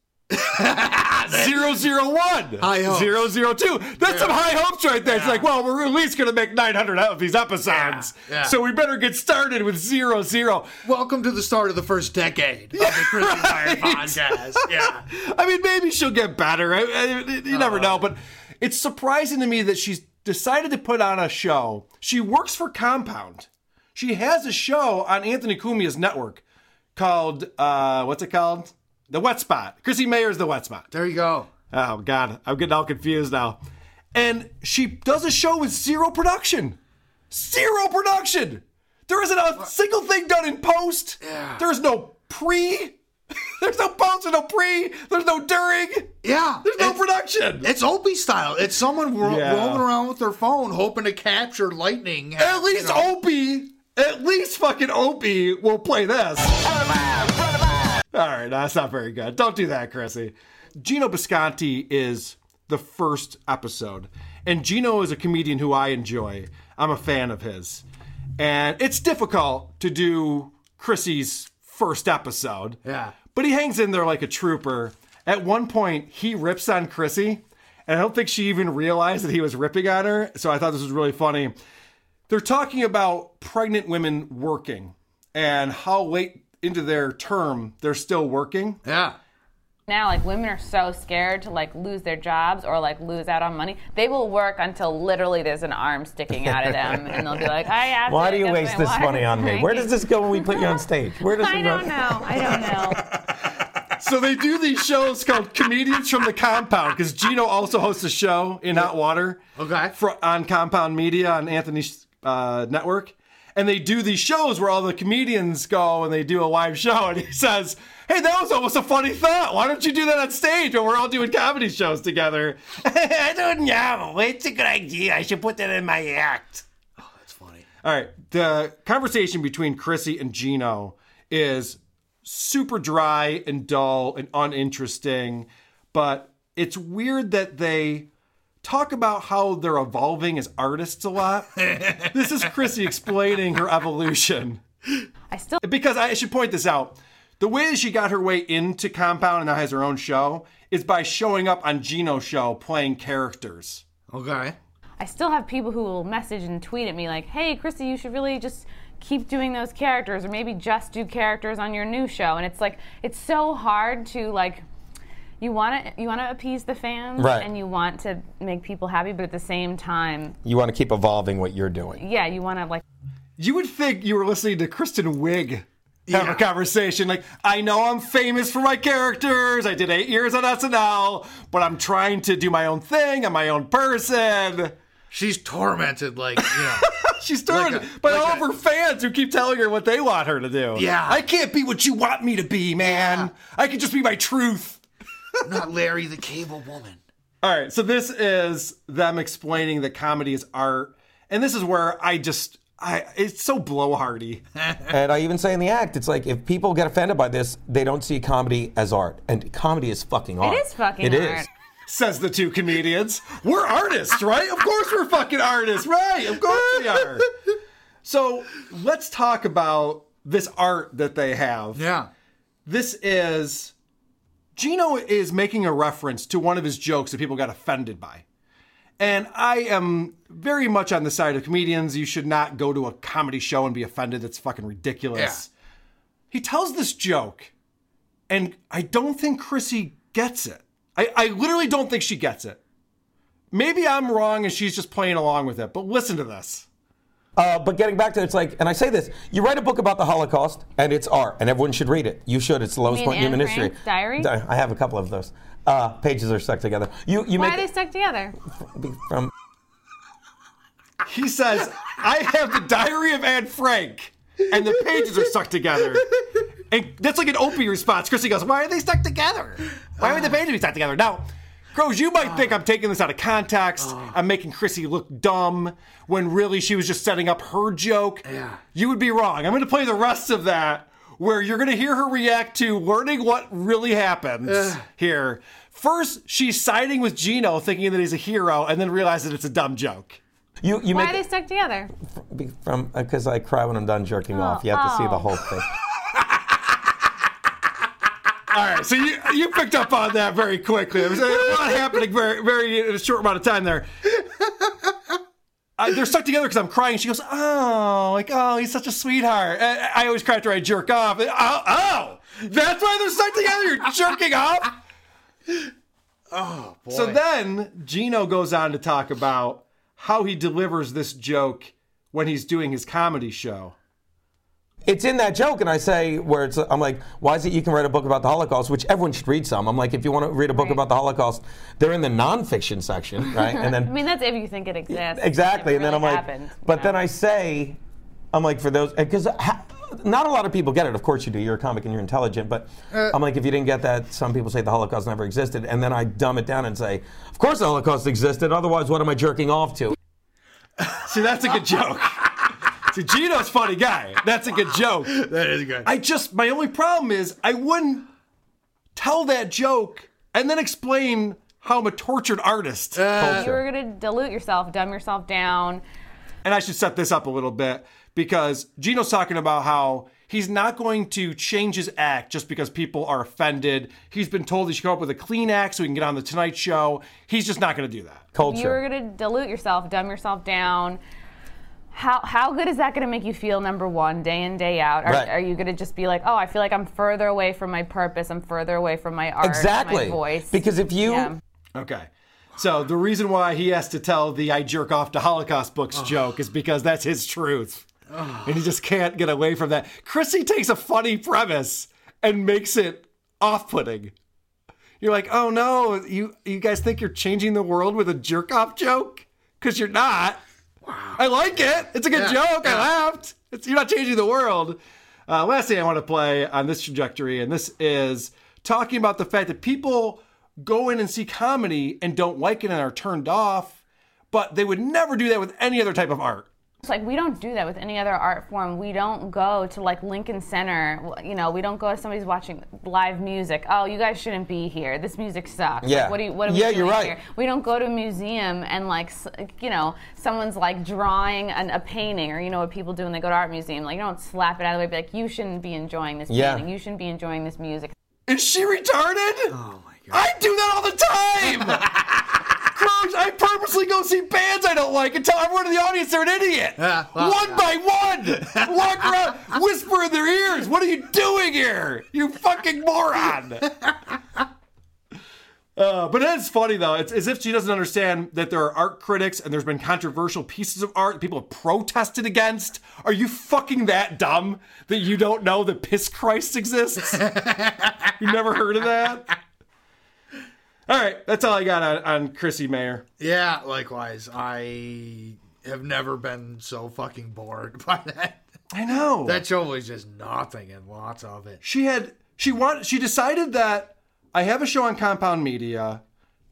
zero zero one. High hopes. Zero zero two. That's some high hopes right there. It's like, well, we're at least gonna make nine hundred out of these episodes. yeah. So we better get started with zero zero. Welcome to the start of the first decade of the Chrissy Meyer podcast. Yeah. Uh-huh. I mean, maybe she'll get better. I, I- you never know, but it's surprising to me that she's decided to put on a show. She works for Compound. She has a show on Anthony Cumia's network called uh, what's it called? The Wet Spot. Chrissy Mayer's The Wet Spot. There you go. Oh God, I'm getting all confused now. And she does a show with zero production. Zero production. There isn't a single thing done in post. There's no pre. There's no post. There's no pre. There's no during. Yeah. There's no production. It's Opie style. It's someone ro- Yeah. rolling around with their phone hoping to capture lightning. At least Opie, at least fucking Opie will play this. All right, no, that's not very good. Don't do that, Chrissy. Gino Bisconti is the first episode, and Gino is a comedian who I enjoy. I'm a fan of his, and it's difficult to do Chrissy's first episode. Yeah. But he hangs in there like a trooper. At one point, he rips on Chrissy, and I don't think she even realized that he was ripping on her. So I thought this was really funny. They're talking about pregnant women working and how late into their term they're still working. Yeah. Now, like women are so scared to like lose their jobs or like lose out on money. They will work until literally there's an arm sticking out of them, and they'll be like, "I have Why to do you get waste my this wife." money on me? Where does this go when we put you on stage? Where does I it don't go? know. I don't know. So they do these shows called Comedians from the Compound because Gino also hosts a show in Hot Water. Okay. on Compound Media on Anthony's uh, network, and they do these shows where all the comedians go and they do a live show, and he says, "Hey, that was almost a funny thought. Why don't you do that on stage when we're all doing comedy shows together?" I don't know. It's a good idea. I should put that in my act. All right. The conversation between Chrissy and Gino is super dry and dull and uninteresting, but it's weird that they talk about how they're evolving as artists a lot. this is Chrissy explaining her evolution. I still because I should point this out. The way that she got her way into Compound and now has her own show is by showing up on Gino's show playing characters. Okay. I still have people who will message and tweet at me like, "Hey, Chrissy, you should really just keep doing those characters, or maybe just do characters on your new show." And it's like, it's so hard to like, you want to you want to appease the fans, Right. and you want to make people happy, but at the same time, You want to keep evolving what you're doing. yeah, you want to like You would think you were listening to Kristen Wiig have a conversation like, "I know I'm famous for my characters. I did eight years on SNL, but I'm trying to do my own thing. I'm my own person." She's tormented, like you know. She's tormented by all of her fans who keep telling her what they want her to do. Yeah. Oh, I can't be what you want me to be, man. I can just be my truth. Not Larry the Cable Woman. All right, so this is them explaining that comedy is art, and this is where I just, I it's so blowhardy. and I even say in the act, it's like if people get offended by this, they don't see comedy as art. And comedy is fucking art. is fucking It art. is. Says the two comedians. We're artists, right? Of course we're fucking artists, right? Of course we are. So let's talk about this art that they have. Yeah. This is Gino is making a reference to one of his jokes that people got offended by. And I am very much on the side of comedians. You should not go to a comedy show and be offended. That's fucking ridiculous. He tells this joke, and I don't think Chrissy gets it. I, I literally don't think she gets it. Maybe I'm wrong and she's just playing along with it, but listen to this. Uh, but getting back to it, it's like, and I say this: you write a book about the Holocaust, and it's art, and everyone should read it. You should. It's the lowest mean point in human Anne history. Frank's diary? Di- I have a couple of those. Uh, pages are stuck together. You you why make are they stuck together? from He says, I have the diary of Anne Frank, and the pages are stuck together. And that's like an Opie response. Chrissy goes, Why are they stuck together? Why would the pages be stuck together? Now, Groves, you might think I'm taking this out of context. I'm making Chrissy look dumb when really she was just setting up her joke. Yeah. You would be wrong. I'm going to play the rest of that where you're going to hear her react to learning what really happens Ugh. here. First, she's siding with Gino, thinking that he's a hero, and then realizes it's a dumb joke. you you why make are they stuck together? be- from because I cry when I'm done jerking Oh, off. You have to see the whole thing. All right, so you you picked up on that very quickly. There was a lot happening very very in a short amount of time there. I, they're stuck together because I'm crying. She goes, "Oh, like oh, he's such a sweetheart." I, I always cry after I jerk off. Oh, oh, that's why they're stuck together. You're jerking off. Oh boy. Oh, So then Gino goes on to talk about how he delivers this joke when he's doing his comedy show. it's in that joke, and I say where it's I'm like, why is it you can write a book about the Holocaust, which everyone should read some. I'm like, if you want to read a book about the Holocaust, they're in the nonfiction section, right? And I then mean, that's if you think it exists. exactly, It and then I'm really like, happened. but then I say, I'm like for those because not a lot of people get it. Of course you do. You're a comic and you're intelligent, but I'm like, if you didn't get that, some people say the Holocaust never existed, and then I dumb it down and say, of course the Holocaust existed. Otherwise, what am I jerking off to? See, that's a good joke. See, Gino's a funny guy. That's a good joke. That is good. I just my only problem is I wouldn't tell that joke and then explain how I'm a tortured artist. you were gonna dilute yourself, dumb yourself down. And I should set this up a little bit because Gino's talking about how he's not going to change his act just because people are offended. He's been told he should come up with a clean act so he can get on the Tonight Show. He's just not going to do that. You were gonna dilute yourself, dumb yourself down. How how good is that gonna make you feel? Number one, day in day out. Are, Right. are you gonna just be like, oh, I feel like I'm further away from my purpose. I'm further away from my art. Exactly. My voice. Because if you Yeah. Okay. So the reason why he has to tell the I jerk off to Holocaust books joke is because that's his truth. And he just can't get away from that. Chrissy takes a funny premise and makes it off putting. You're like, oh no, you you guys think you're changing the world with a jerk off joke? Because you're not. I like it. It's a good Yeah, joke. I laughed. It's, you're not changing the world. Uh, last thing I want to play on this trajectory, and this is talking about the fact that people go in and see comedy and don't like it and are turned off, but they would never do that with any other type of art. It's like we don't do that with any other art form. We don't go to like Lincoln Center. w- You know, we don't go to somebody's watching live music. Oh, you guys shouldn't be here. This music sucks. Like, Yeah. what do you? What are we Yeah, doing you're right. here? We don't go to a museum and like, s- you know, someone's like drawing an, a painting, or you know what people do when they go to art museum. Like, you don't slap it out of the way. Be like, you shouldn't be enjoying this Yeah. painting. You shouldn't be enjoying this music. Is she retarded? Oh my god. I do that all the time! Cruz, I purposely go see bands I don't like and tell everyone in the audience they're an idiot. well, one by one! Walk around, whisper in their ears, what are you doing here? You fucking moron! Uh, but it is funny though. It's as if she doesn't understand that there are art critics and there's been controversial pieces of art that people have protested against. Are you fucking that dumb that you don't know that Piss Christ exists? you never heard of that? All right, that's all I got on, on Chrissy Mayer. Yeah, likewise. I have never been so fucking bored by that. I know. That show was just nothing and lots of it. She had she wanted she decided that I have a show on Compound Media,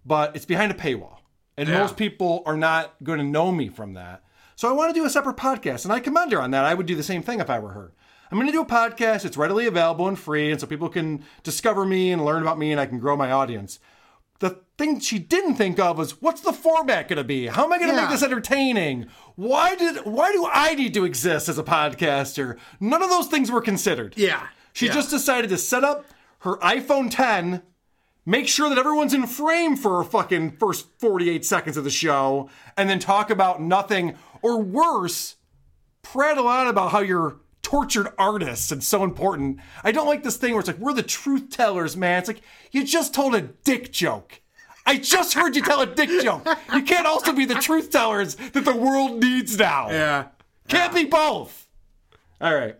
but it's behind a paywall, and Yeah. most people are not going to know me from that. So I want to do a separate podcast, and I commend her on that. I would do the same thing if I were her. I'm going to do a podcast. It's readily available and free, and so people can discover me and learn about me, and I can grow my audience. The thing she didn't think of was what's the format going to be? How am I going to make Yeah. this entertaining? Why did why do I need to exist as a podcaster? None of those things were considered. Yeah. She Yeah. just decided to set up her iPhone 10, make sure that everyone's in frame for her fucking first 48 seconds of the show, and then talk about nothing, or worse, prattle on about how you're tortured artists and so important. I don't like this thing where it's like, we're the truth tellers, man. It's like, you just told a dick joke. I just heard you tell a dick joke. You can't also be the truth tellers that the world needs now. Yeah. Can't be both. All right.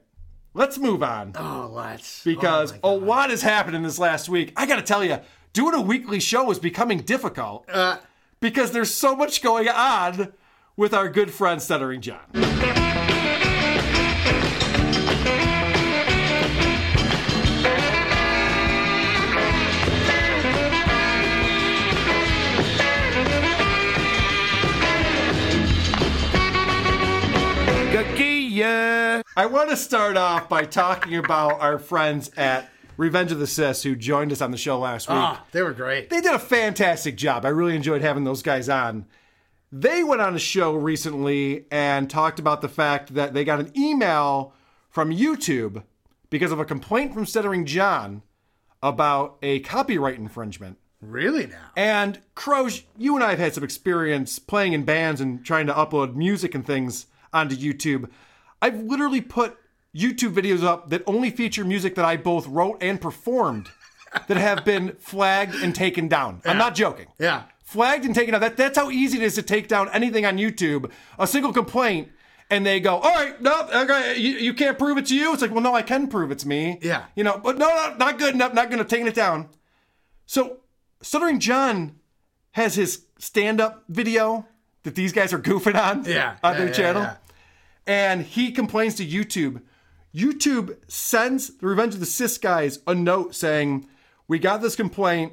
Let's move on. Oh, let's. Because a lot has happened in this last week. I got to tell you, doing a weekly show is becoming difficult Uh. because there's so much going on with our good friend Stuttering John. I want to start off by talking about our friends at Revenge of the Sis who joined us on the show last week. Ah, they were great. They did a fantastic job. I really enjoyed having those guys on. They went on a show recently and talked about the fact that they got an email from YouTube because of a complaint from Stuttering John about a copyright infringement. Really now? And Croge, you and I have had some experience playing in bands and trying to upload music and things onto YouTube. I've literally put YouTube videos up that only feature music that I both wrote and performed that have been flagged and taken down. I'm not joking. Yeah. flagged and taken out. That, that's how easy it is to take down anything on YouTube. A single complaint, and they go, all right, no, okay, you, you can't prove it to you. It's like, well, no, I can prove it's me. Yeah. You know, but no, no, not good enough. Not going to take it down. So, Stuttering John has his stand up video that these guys are goofing on Yeah, on yeah, their yeah, channel. yeah. And he complains to YouTube. YouTube sends the Revenge of the Sith guys a note saying, We got this complaint.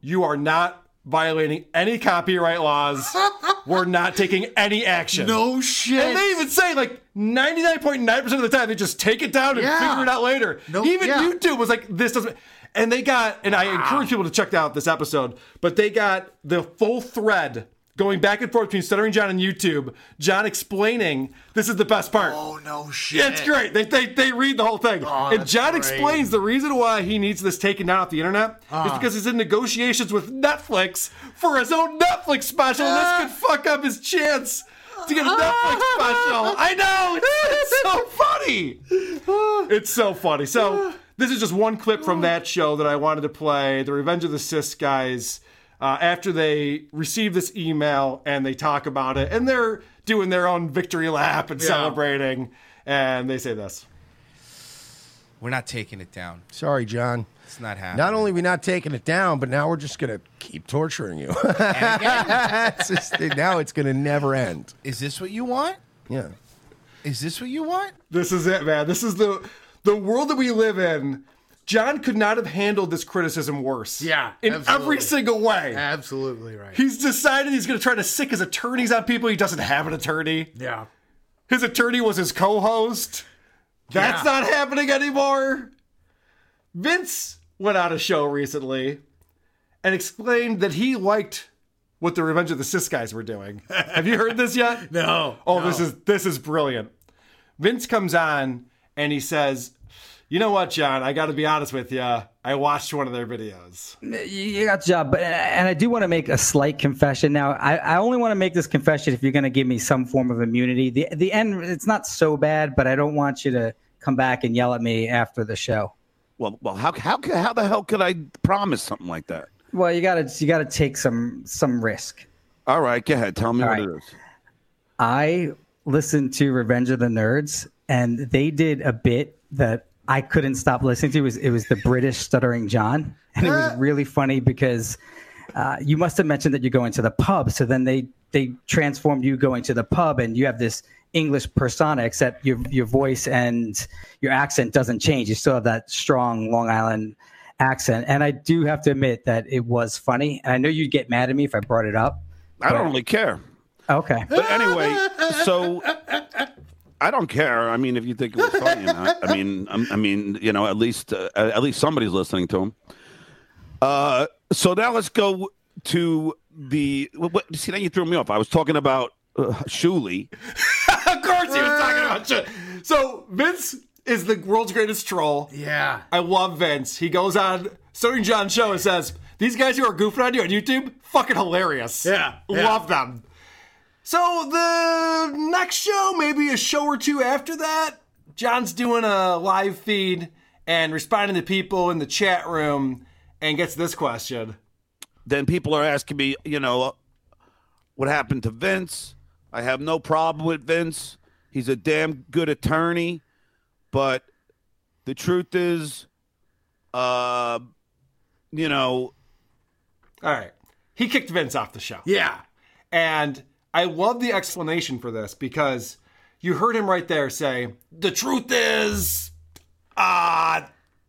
You are not violating any copyright laws. We're not taking any action. No shit. And they even say, like, 99.9% of the time, they just take it down and Yeah. figure it out later. even yeah. Ah. YouTube was like, this doesn't. And they got, and I encourage people to check out this episode, but they got the full thread going back and forth between Stuttering John and YouTube. John explaining this is the best part. Oh, no Yeah, it's great. They, they, they read the whole thing. and Oh, that's John great. explains the reason why he needs this taken down off the internet is Uh-huh. because he's in negotiations with Netflix for his own Netflix special. and Uh-huh. this could fuck up his chance to get a Netflix special. I know. It's, it's so funny. It's so funny. So this is just one clip from that show that I wanted to play. The Revenge of the Sith guys. Uh, after they receive this email and they talk about it, and they're doing their own victory lap and Yeah. celebrating, and they say this. We're not taking it down. Sorry, John. It's not happening. Not only are we not taking it down, but now we're just going to keep torturing you. It's just- now it's going to never end. Is this what you want? Yeah. Is this what you want? This is it, man. This is the the world that we live in. John could not have handled this criticism worse. Yeah, in absolutely. every single way. Absolutely right. He's decided he's going to try to sick his attorneys on people. He doesn't have an attorney. Yeah. His attorney was his co-host. That's Yeah. not happening anymore. Vince went on a show recently and explained that he liked what the Revenge of the Sith guys were doing. Have you heard this yet? No, Oh, no. this is this is brilliant. Vince comes on and he says, "You know what, John? I got to be honest with you. I watched one of their videos." You got the job, but uh, and I do want to make a slight confession. Now, I, I only want to make this confession if you're going to give me some form of immunity. The the end, it's not so bad, but I don't want you to come back and yell at me after the show. Well, well, how how ca- how the hell could I promise something like that? Well, you got to you got to take some some risk. All right, go ahead. Tell me All what right. it is. I listened to Revenge of the Nerds, and they did a bit that I couldn't stop listening to. It was it was the British stuttering John, and it was really funny because uh, you must have mentioned that you're going to the pub. So then they they transformed you going to the pub, and you have this English persona, except your your voice and your accent doesn't change. You still have that strong Long Island accent, and I do have to admit that it was funny. And I know you'd get mad at me if I brought it up. I don't but- really care. Okay. But anyway, so I don't care. I mean, if you think it was funny or not, I mean, I'm- I mean, you know, at least uh, at least somebody's listening to him. Uh, so now let's go to the. What, what- see, now you threw me off. I was talking about uh, Shuli. of course, he was talking about shit. So Vince is the world's greatest troll. Yeah. I love Vince. He goes on Starting John show and says, "These guys who are goofing on you on YouTube, fucking hilarious. Yeah, yeah. love them." So the next show, maybe a show or two after that, John's doing a live feed and responding to people in the chat room, and gets this question. Then people are asking me, you know, what happened to Vince? I have no problem with Vince. He's a damn good attorney, but the truth is, uh, you know, All right. He kicked Vince off the show. Yeah. And I love the explanation for this because you heard him right there say, the truth is, uh,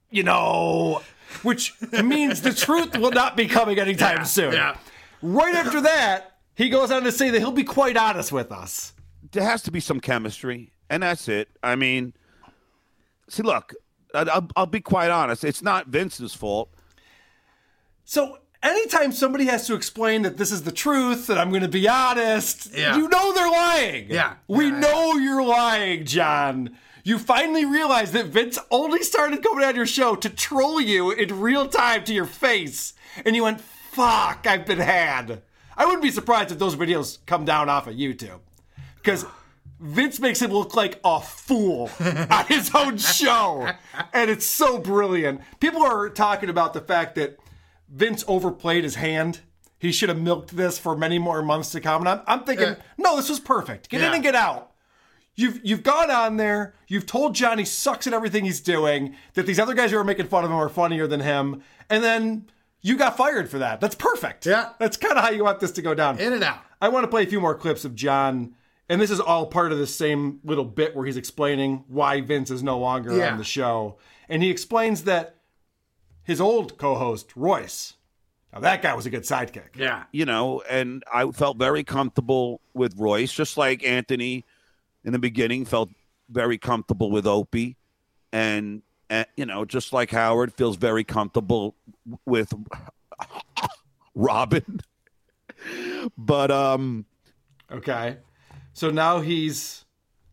you know, which means the truth will not be coming anytime soon. yeah. Right after that, he goes on to say that he'll be quite honest with us. there has to be some chemistry, and that's it. I mean, see, look, I- I'll, I'll be quite honest. It's not Vince's fault. So anytime somebody has to explain that this is the truth, that I'm going to be honest, Yeah. you know they're lying. Yeah. We know you're lying, John. You finally realize that Vince only started coming on your show to troll you in real time to your face. And you went, fuck, I've been had. I wouldn't be surprised if those videos come down off of YouTube. Because Vince makes him look like a fool on his own show. And it's so brilliant. People are talking about the fact that Vince overplayed his hand. he should have milked this for many more months to come. And I'm, I'm thinking, no, this was perfect. Get in Yeah. and get out. You've you've gone on there. You've told John he sucks at everything he's doing. That these other guys who are making fun of him are funnier than him. And then you got fired for that. That's perfect. Yeah, that's kind of how you want this to go down. In and out. I want to play a few more clips of John, and this is all part of the same little bit where he's explaining why Vince is no longer Yeah. on the show, and he explains that his old co-host Royce. Now that guy was a good sidekick. Yeah. You know, and I felt very comfortable with Royce, just like Anthony in the beginning felt very comfortable with Opie. And, and you know, just like Howard feels very comfortable with Robin. but, um, Okay. So now he's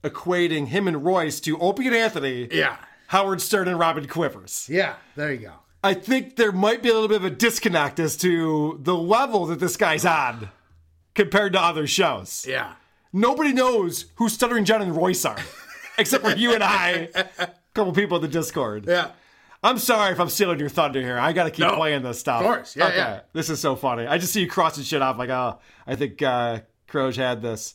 equating him and Royce to Opie and Anthony. Yeah. Howard Stern and Robin Quivers. Yeah. There you go. I think there might be a little bit of a disconnect as to the level that this guy's on compared to other shows. Yeah. Nobody knows who Stuttering John and Royce are, except for you and I, a couple people in the Discord. Yeah. I'm sorry if I'm stealing your thunder here. I got to keep No. playing this stuff. Of course. Yeah, yeah. This is so funny. I just see you crossing shit off like, oh, I think uh, Croge had this.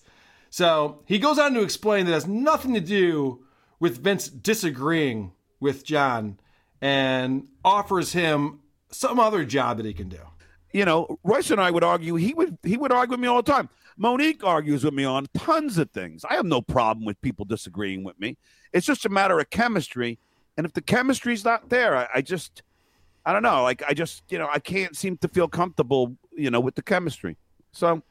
So he goes on to explain that it has nothing to do with Vince disagreeing with John and offers him some other job that he can do. you know, Royce and I would argue. He would he would argue with me all the time. Monique argues with me on tons of things. I have no problem with people disagreeing with me. It's just a matter of chemistry. And if the chemistry's not there, I, I just I don't know. Like I just you know I can't seem to feel comfortable you know with the chemistry. So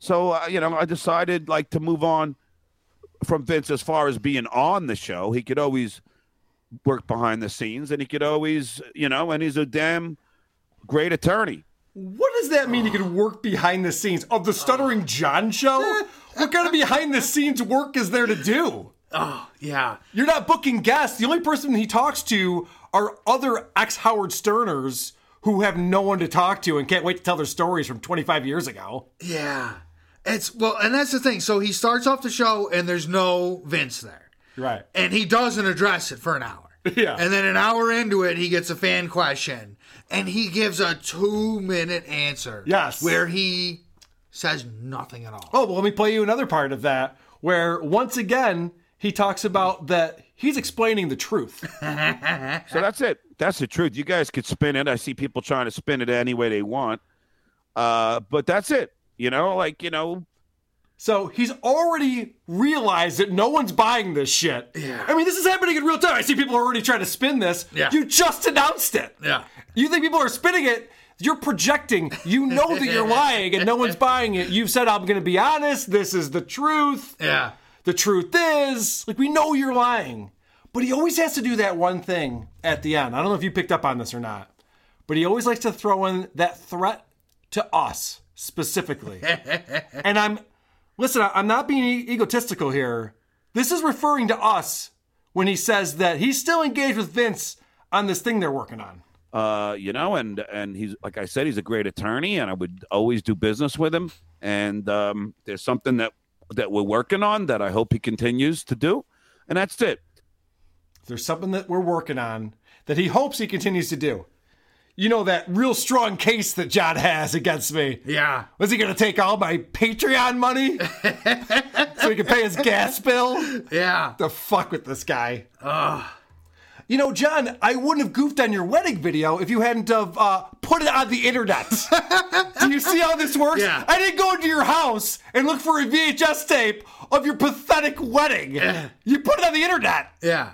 so uh, you know I decided like to move on from Vince as far as being on the show. He could always work behind the scenes, and he could always you know, and he's a damn great attorney. What does that mean? He could work behind the scenes of the Stuttering John show? What kind of behind the scenes work is there to do? Oh, yeah. You're not booking guests. The only person he talks to are other ex Howard Sterners who have no one to talk to and can't wait to tell their stories from 25 years ago. Yeah. It's well, and that's the thing. So he starts off the show, and there's no Vince there, Right. and he doesn't address it for an hour. Yeah. And then an hour into it, he gets a fan question, and he gives a two-minute answer. Yes. Where he says nothing at all. Oh, well, let me play you another part of that where once again he talks about that he's explaining the truth. so that's it. That's the truth. You guys could spin it. I see people trying to spin it any way they want. Uh, but that's it. You know, like, you know, So he's already realized that no one's buying this shit. I mean, this is happening in real time. I see people are already trying to spin this. Yeah. You just announced it. Yeah. You think people are spinning it? You're projecting. You know that you're lying and no one's buying it. You've said, I'm going to be honest. This is the truth. Yeah. The truth is, like, we know you're lying. But he always has to do that one thing at the end. I don't know if you picked up on this or not, but he always likes to throw in that threat to us specifically. and I'm, listen, I- I'm not being e- egotistical here. This is referring to us when he says that he's still engaged with Vince on this thing they're working on. uh, you know, and and he's like I said, he's a great attorney, and I would always do business with him. And um, there's something that that we're working on that I hope he continues to do. And that's it. There's something that we're working on that he hopes he continues to do. You know that real strong case that John has against me. Yeah. Was he going to take all my Patreon money so he can pay his gas bill? Yeah. The fuck with this guy. You know, John, I wouldn't have goofed on your wedding video if you hadn't have uh, put it on the internet. Do you see how this works? Yeah. I didn't go into your house and look for a VHS tape of your pathetic wedding. You put it on the internet. Yeah.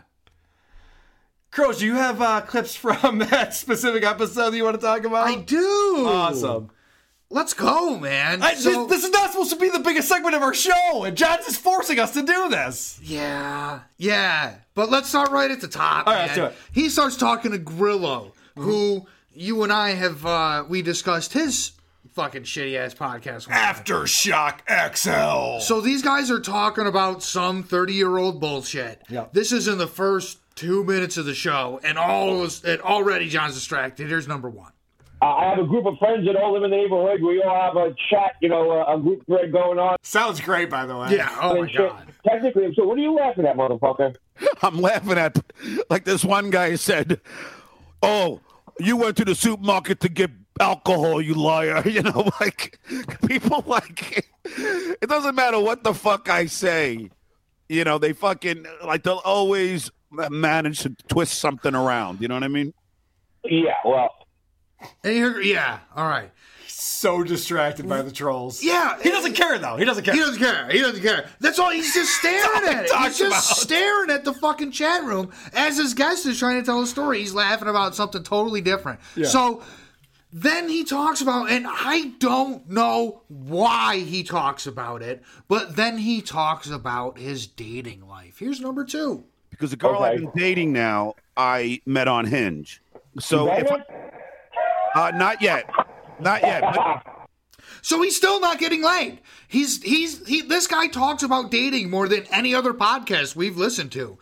Crows, do you have uh, clips from that specific episode that you want to talk about? I do. Awesome. Let's go, man. I, So- this, this is not supposed to be the biggest segment of our show, and John's just forcing us to do this. Yeah, yeah. But let's start right at the top. All right, man. let's do it. He starts talking to Grillo, who you and I have uh we discussed his fucking shitty ass podcast. Aftershock XL. So these guys are talking about some thirty year old bullshit. Yeah. This is in the first two minutes of the show, and all is, and already John's distracted. Here's number one. Uh, I have a group of friends that all live in the neighborhood. We all have a chat, you know, a, a group thread going on. Sounds great, by the way. Yeah, oh my God. Technically, so what are you laughing at, motherfucker? I'm laughing at like this one guy said, "Oh, you went to the supermarket to get alcohol, you liar. You know, like people like it doesn't matter what the fuck I say. You know, they fucking like they'll always manage to twist something around. You know what I mean? Yeah. Well, And you're- yeah, all right. So distracted by the trolls. Yeah, he doesn't care though. He doesn't care. He doesn't care. He doesn't care. That's all. He's just staring at it. talks He's just about. staring at the fucking chat room as his guest is trying to tell a story. He's laughing about something totally different. Yeah. So then he talks about, and I don't know why he talks about it, but then he talks about his dating life. Here's number two. Because the girl I've been dating now, I met on Hinge. So if I, uh, not yet, not yet. But So he's still not getting laid. He's he's he. This guy talks about dating more than any other podcast we've listened to,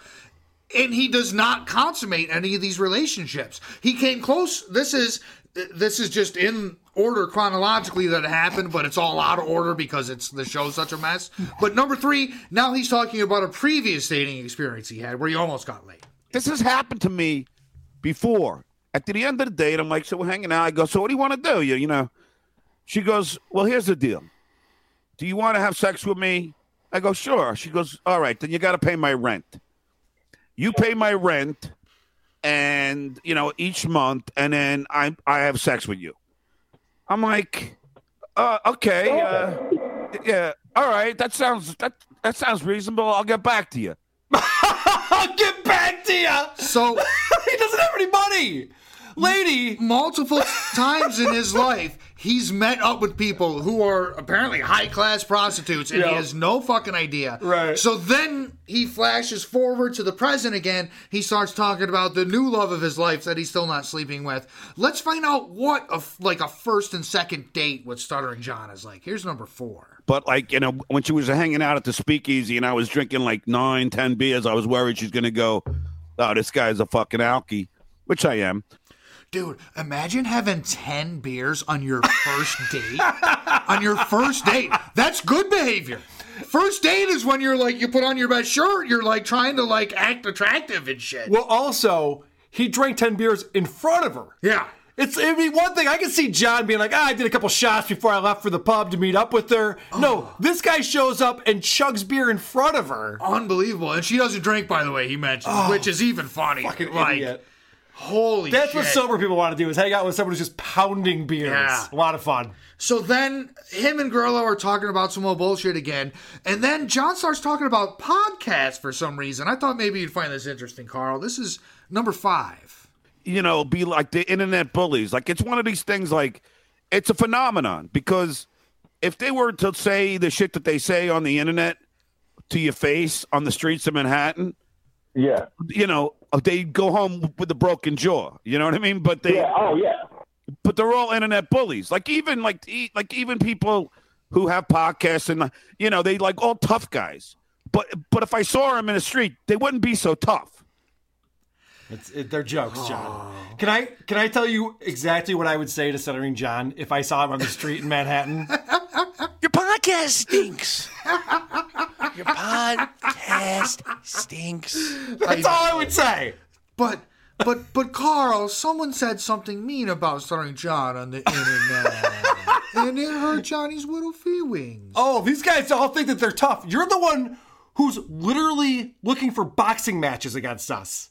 and he does not consummate any of these relationships. He came close. This is this is just in order chronologically that it happened, but it's all out of order because it's the show's such a mess. But number three, now he's talking about a previous dating experience he had where he almost got laid. this has happened to me before. At the end of the date, I'm like, so we're hanging out. I go, so what do you want to do? You, you know, she goes, well, here's the deal. Do you want to have sex with me? I go, sure. She goes, all right, then you got to pay my rent. You pay my rent, and you know each month, and then I I have sex with you. I'm like, uh, okay, uh, yeah, all right. That sounds that that sounds reasonable. I'll get back to you. I'll get back to you. So he doesn't have any money. Lady, multiple times in his life, he's met up with people who are apparently high class prostitutes and he Yeah. has no fucking idea. Right. So then he flashes forward to the present again. He starts talking about the new love of his life that he's still not sleeping with. Let's find out what a f like a first and second date with Stuttering John is like. Here's number four. But like you know, when she was hanging out at the speakeasy and I was drinking like nine, ten beers, I was worried she's gonna go, oh, this guy's a fucking alkie, which I am. Dude, imagine having 10 beers on your first date. on your first date. That's good behavior. First date is when you're like, you put on your best shirt, you're like trying to like act attractive and shit. Well, also, he drank 10 beers in front of her. Yeah. It's it'd be one thing I can see John being like, ah, I did a couple shots before I left for the pub to meet up with her. Oh. No, this guy shows up and chugs beer in front of her. Unbelievable. And she doesn't drink, by the way, he mentioned, Oh, which is even funny. Fucking like, idiot. Holy That's what shit. sober people want to do is hang out with someone who's just pounding beers. Yeah. A lot of fun. So then him and Grillo are talking about some more bullshit again. And then John starts talking about podcasts for some reason. I thought maybe you'd find this interesting, Carl. This is number five. you know, be like the internet bullies. Like it's one of these things. Like it's a phenomenon because if they were to say the shit that they say on the internet to your face on the streets of Manhattan, yeah, you know, uh, they go home with a broken jaw. You know what I mean? But they, Yeah, oh, yeah. but they're all internet bullies. Like even like e- like even people who have podcasts and like, you know they like all tough guys. But but if I saw them in the street, they wouldn't be so tough. It's, it, they're jokes, Oh. John. Can I can I tell you exactly what I would say to Centering John if I saw him on the street in Manhattan? Your podcast stinks. Your podcast stinks. That's all I would say. But but but Carl, someone said something mean about starring John on the internet. and it hurt Johnny's little feelings. Oh, these guys all think that they're tough. You're the one who's literally looking for boxing matches against us.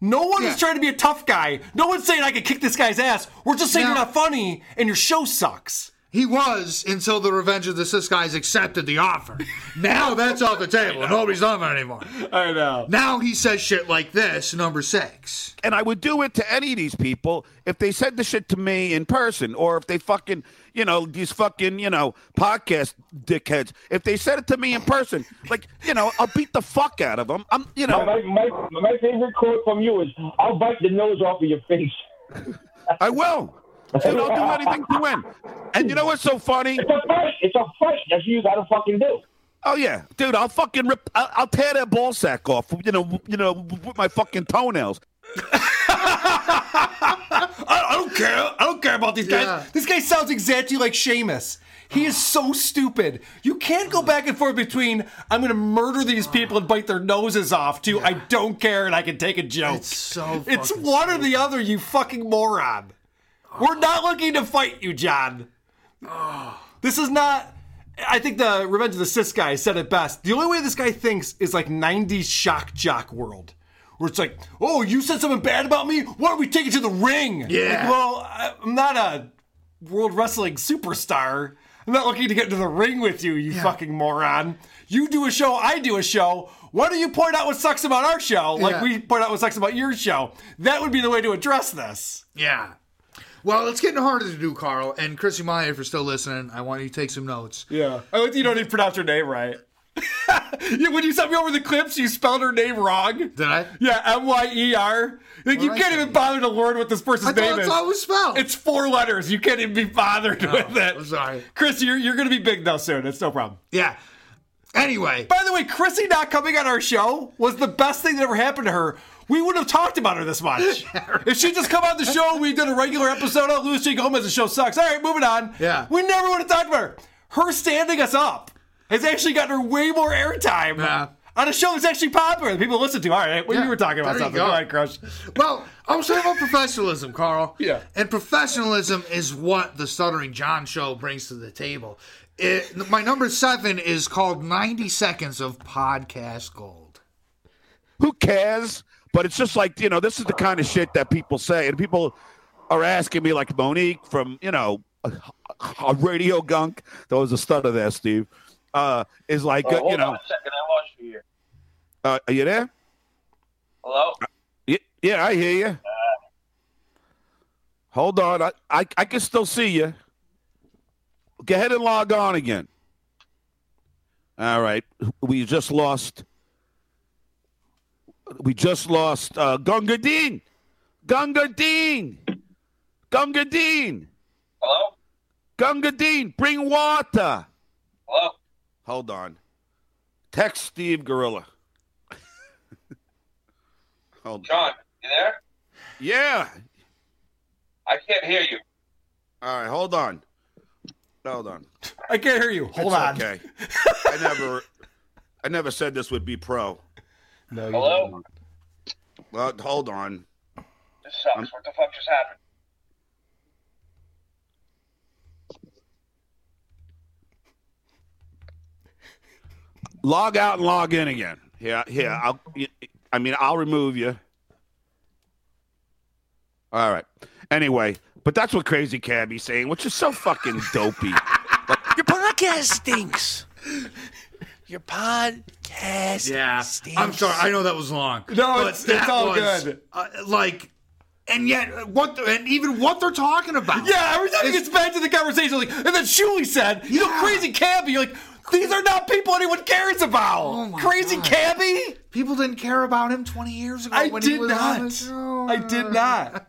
No one is trying to be a tough guy. No one's saying I could kick this guy's ass. We're just saying No. you're not funny and your show sucks. He was until the Revenge of the Sith guys accepted the offer. Now that's off the table. Nobody's on it anymore. I know. Now he says shit like this, number six. And I would do it to any of these people if they said the shit to me in person, or if they fucking, you know, these fucking, you know, podcast dickheads. If they said it to me in person, like, you know, I'll beat the fuck out of them. I'm, you know, My, my, my, my favorite quote from you is, "I'll bite the nose off of your face." I will. So don't do anything to win. And you know what's so funny? It's a fight. It's a fight. That's what you gotta fucking do. Oh yeah, dude, I'll fucking rip. I'll, I'll tear that ball sack off. You know, you know, with my fucking toenails. I, I don't care. I don't care about these guys. This guy sounds exactly like Seamus. He is so stupid. You can't go back and forth between I'm going to murder these people and bite their noses off to I don't care and I can take a joke. It's so It's one or the other, you fucking moron. We're not looking to fight you, John. This is not. I think the Revenge of the Sis guy said it best. The only way this guy thinks is like 90s shock jock world, where it's like, oh, you said something bad about me? Why don't we take it to the ring? Yeah. Like, well, I- I'm not a world wrestling superstar. I'm not looking to get into the ring with you, you fucking moron. You do a show, I do a show. Why don't you point out what sucks about our show, like Yeah. we point out what sucks about your show? That would be the way to address this. Yeah. Well, it's getting harder to do, Carl. And Chrissy Maya, if you're still listening, I want you to take some notes. Yeah. I like that you don't even pronounce her name right. Yeah, when you sent me over the clips, you spelled her name wrong. Did I? Yeah, M Y E R. Like you Well, I can't even bother to learn what this person's I thought name that's is. how it was spelled. It's four letters. You can't even be bothered No, with it. I'm sorry. Chris, you're you're gonna be big though soon. It's no problem. Yeah. Anyway. By the way, Chrissy not coming on our show was the best thing that ever happened to her. We would have talked about her this much. if she just come on the show, we did a regular episode of Louis J. Gomez, the show sucks. All right, moving on. Yeah. We never would have talked about her. Her standing us up has actually gotten her way more airtime on a show that's actually popular that people listen to. All right, well, Yeah, you were talking about there you something. go. All right, Crush. Well, I was talking about professionalism, Carl. Yeah. And professionalism is what the Stuttering John show brings to the table. It, my number seven is called 90 Seconds of Podcast Gold. Who cares? But it's just like, you know, this is the kind of shit that people say. And people are asking me, like Monique from, you know, a, a radio gunk. There was a stutter there, Steve. Uh, is like, Oh, uh, you know, second. I lost you here. uh, are you there? Hello. Yeah, yeah I hear you. Hold on. I, I, I can still see you. Go ahead and log on again. All right. We just lost. We just lost uh, Gunga Dean. Gunga Dean. Gunga Dean. Hello. Gunga Dean, bring water. Hello. Hold on. Text Steve Gorilla. Hold Uh, John, you there? Yeah. I can't hear you. All right. Hold on. Hold on. I can't hear you. Hold It's on. Okay. I never, I never said this would be pro. No. You Hello. Well, hold on. This sucks. what the fuck just happened? Log out and log in again. Yeah, yeah. Mm-hmm. I'll. I mean, I'll remove you. All right. Anyway, but that's what Crazy Cabby's saying, which is so fucking dopey. Your podcast stinks. Your podcast. Yeah. I'm sorry. I know that was long. No, But it's- that it's all was, good. uh, like, and yet, uh, what, the, and even what they're talking about. Yeah, every time it gets back to the conversation, like, and then Shuli said, "You know, crazy cabbie." You're like, these are not people anyone cares about. Oh crazy cabbie. People didn't care about him 20 years ago I when he did was on the not. I did not.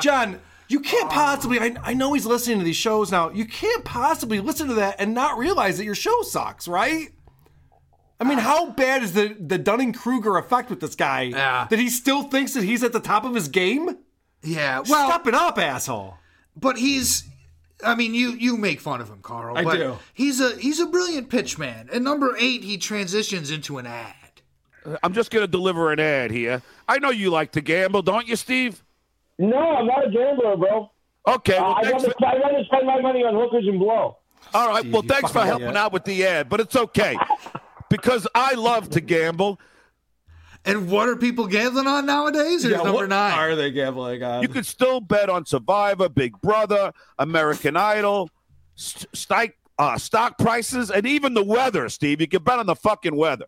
John, you can't possibly. I, I know he's listening to these shows now. You can't possibly listen to that and not realize that your show sucks, right? I mean, how bad is the the Dunning Kruger effect with this guy that he still thinks that he's at the top of his game? Yeah, well, step it up, asshole. But he's, I mean, you you make fun of him, Carl. I but do. He's a he's a brilliant pitch man. At number eight, he transitions into an ad. I'm just gonna deliver an ad here. I know you like to gamble, don't you, Steve? No, I'm not a gambler, bro. Okay. Uh, Well, I thanks rather for- I rather spend my money on hookers and blow. All right. well, you thanks for fucking helping idiot. out with the ad, but it's okay because I love to gamble. And what are people gambling on nowadays? There's number nine. Are they gambling on? You can still bet on Survivor, Big Brother, American Idol, st- stock uh, stock prices, and even the weather. Steve, you can bet on the fucking weather.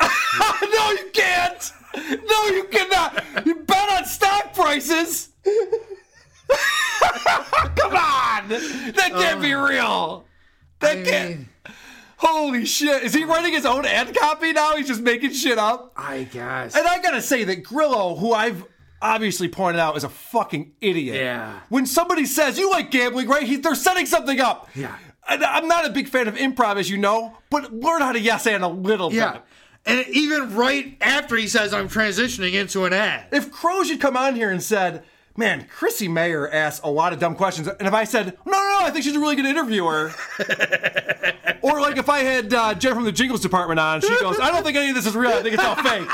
no, you can't. No, you cannot. You bet on stock prices. Come on, that can't be real. That can't. Holy shit! Is he writing his own ad copy now? He's just making shit up. I guess. And I gotta say that Grillo, who I've obviously pointed out, is a fucking idiot. Yeah. When somebody says you like gambling, right? He, they're setting something up. Yeah. And I'm not a big fan of improv, as you know, but learn how to yes and a little Yeah. bit. And even right after he says I'm transitioning into an ad. If Crow should come on here and said, "Man, Chrissy Mayer asks a lot of dumb questions," and if I said, "No, no, no, I think she's a really good interviewer," or like if I had uh, Jen from the Jingles Department on, she goes, "I don't think any of this is real. I think it's all fake."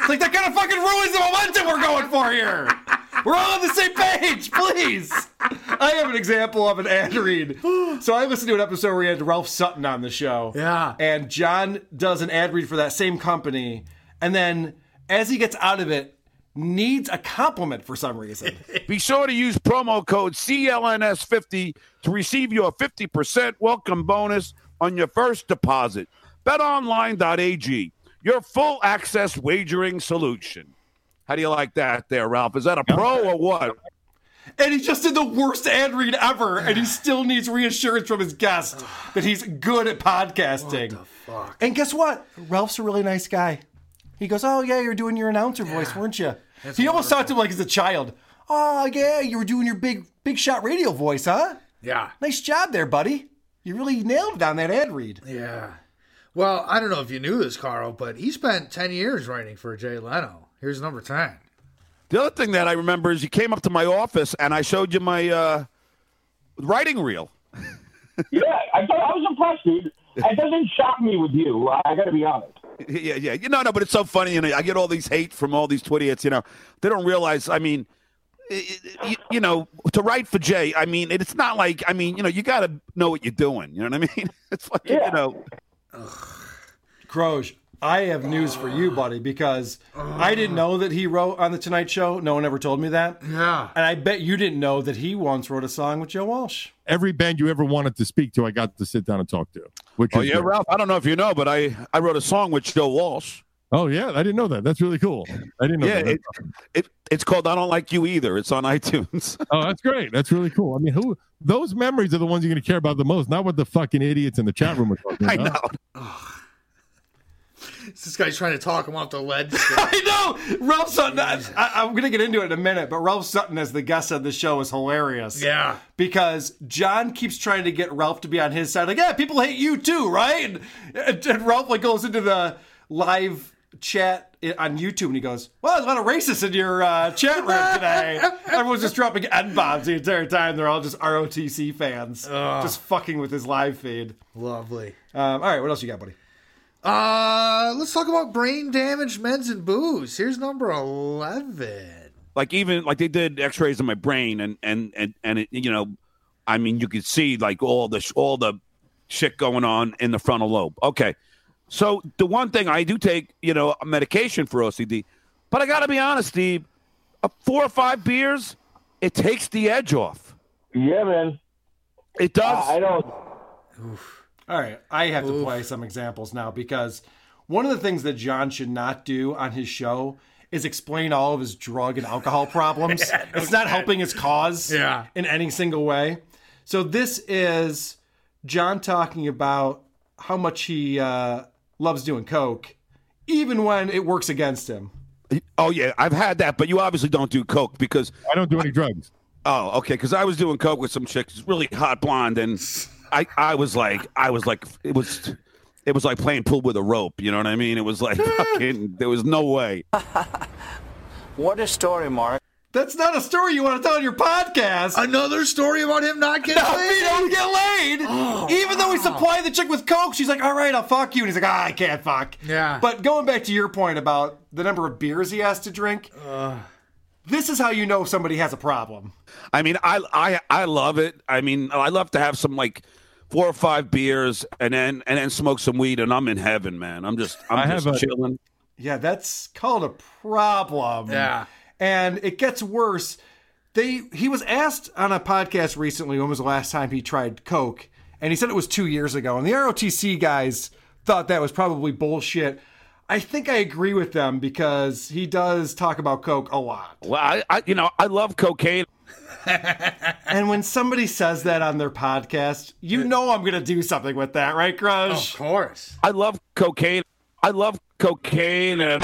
It's like that kind of fucking ruins the momentum we're going for here. We're all on the same page, please. I have an example of an ad read. So I listened to an episode where we had Ralph Sutton on the show. Yeah. And John does an ad read for that same company. And then as he gets out of it, needs a compliment for some reason. Be sure to use promo code CLNS50 to receive your 50% welcome bonus on your first deposit. BetOnline.ag, your full access wagering solution. How do you like that there, Ralph? Is that a pro or what? And he just did the worst ad read ever, and he still needs reassurance from his guest that he's good at podcasting. And guess what? Ralph's a really nice guy. He goes, "Oh yeah, you're doing your announcer voice, weren't you?" He almost talked to him like he's a child. "Oh yeah, you were doing your big big shot radio voice, huh? Yeah. Nice job there, buddy. You really nailed it on that ad read." Yeah. Well, I don't know if you knew this, Carl, but he spent 10 years writing for Jay Leno. Here's number 10. The other thing that I remember is you came up to my office and I showed you my uh, writing reel. yeah, I, thought- I was impressed, dude. It doesn't shock me with you. I, I got to be honest. Yeah, yeah. You know, no, but it's so funny. You know, I get all these hate from all these idiots. You know, they don't realize. I mean, i- i- you, you know, to write for Jay, I mean, it, it's not like I mean, you know, you got to know what you're doing. You know what I mean? It's like you know, Croge, I have news for you, buddy, because I didn't know that he wrote on the Tonight Show. No one ever told me that. Yeah. And I bet you didn't know that he once wrote a song with Joe Walsh. Every band you ever wanted to speak to, I got to sit down and talk to. Which oh is yeah, great. Ralph. I don't know if you know, but I I wrote a song with Joe Walsh. Oh yeah, I didn't know that. That's really cool. I didn't know Yeah, that. it, it it's called "I Don't Like You Either." It's on iTunes. oh, that's great. That's really cool. I mean, who those memories are the ones you're going to care about the most, not what the fucking idiots in the chat room are talking about. This guy's trying to talk him off the ledge. I know! Ralph Sutton, I, I, am going to get into it in a minute, but Ralph Sutton as the guest on the show is hilarious. Yeah. Because John keeps trying to get Ralph to be on his side. Like, yeah, people hate you too, right? And, and, and Ralph like goes into the live chat i- on YouTube and he goes, well, there's a lot of racists in your uh, chat room today. Everyone's just dropping N-bombs the entire time. They're all just ROTC fans. Ugh. Just fucking with his live feed. Lovely. Um, all right, what else you got, buddy? Uh, let's talk about brain damaged men's and booze. Here's number 11. like even like they did x-rays of my brain and and and and it, you know i mean you could see like all the sh- all the shit going on in the frontal lobe okay so the one thing i do take you know medication for ocd but i gotta be honest steve uh, four or five beers it takes the edge off yeah man it does Uh, I don't All right, I have to play some examples now because one of the things that John should not do on his show is explain all of his drug and alcohol problems. Yeah, no it's not shit. helping his cause Yeah. in any single way. So this is John talking about how much he uh, loves doing coke, even when it works against him. oh yeah i've had that but you obviously don't do coke because i don't do any drugs oh okay because i was doing coke with some chick she's really hot blonde and i i was like i was like it was it was like playing pool with a rope you know what i mean it was like fucking there was no way What a story, Mark. That's not a story you want to tell on your podcast. Another story about him not getting no, laid? Oh, He don't get laid. Even though we supply the chick with coke, she's like, "All right, I'll fuck you," and he's like, "Ah, I can't fuck." Yeah. But going back to your point about the number of beers he has to drink, this is how you know somebody has a problem. I mean, I I I love it. I mean, I love to have some like four or five beers and then and then smoke some weed and I'm in heaven, man. I'm just I'm I have just a- chilling. Yeah, that's called a problem. Yeah. And it gets worse. They he was asked on a podcast recently when was the last time he tried coke, and he said it was 2 years ago. And the ROTC guys thought that was probably bullshit. I think I agree with them because he does talk about coke a lot. Well, I, I you know I love cocaine. and when somebody says that on their podcast, you know I'm going to do something with that, right, Grudge? Of course. I love cocaine. I love cocaine and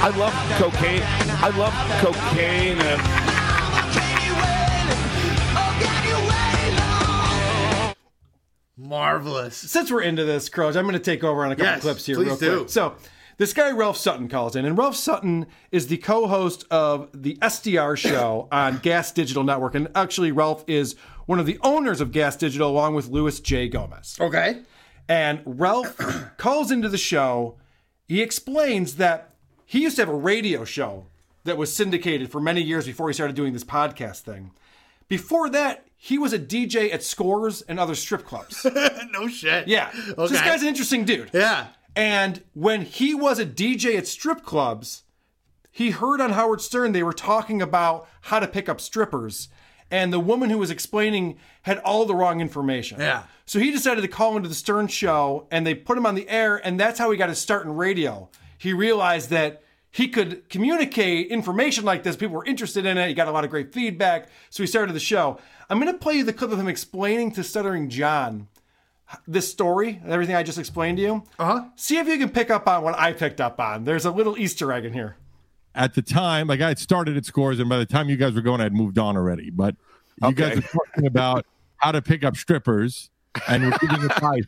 I love cocaine. I love cocaine and Marvelous. Since we're into this, Croge, I'm going to take over on a couple Yes, clips here please real do. quick. So this guy Ralph Sutton calls in, and Ralph Sutton is the co-host of the SDR show on Gas Digital Network, and actually Ralph is one of the owners of Gas Digital along with Louis J. Gomez. Okay. And Ralph calls into the show. He explains that he used to have a radio show that was syndicated for many years before he started doing this podcast thing. Before that, he was a DJ at Scores and other strip clubs. no shit. Yeah. So This Okay. guy's an interesting dude. Yeah. And when he was a DJ at strip clubs, he heard on Howard Stern they were talking about how to pick up strippers. And the woman who was explaining had all the wrong information. Yeah. So he decided to call into the Stern show and they put him on the air. And that's how he got his start in radio. He realized that he could communicate information like this. People were interested in it. He got a lot of great feedback. So he started the show. I'm going to play you the clip of him explaining to Stuttering John this story, everything I just explained to you. Uh huh. See if you can pick up on what I picked up on. There's a little Easter egg in here. at the time, like I had started at Scores, and by the time you guys were going, I'd moved on already. But you guys were talking about how to pick up strippers and were giving advice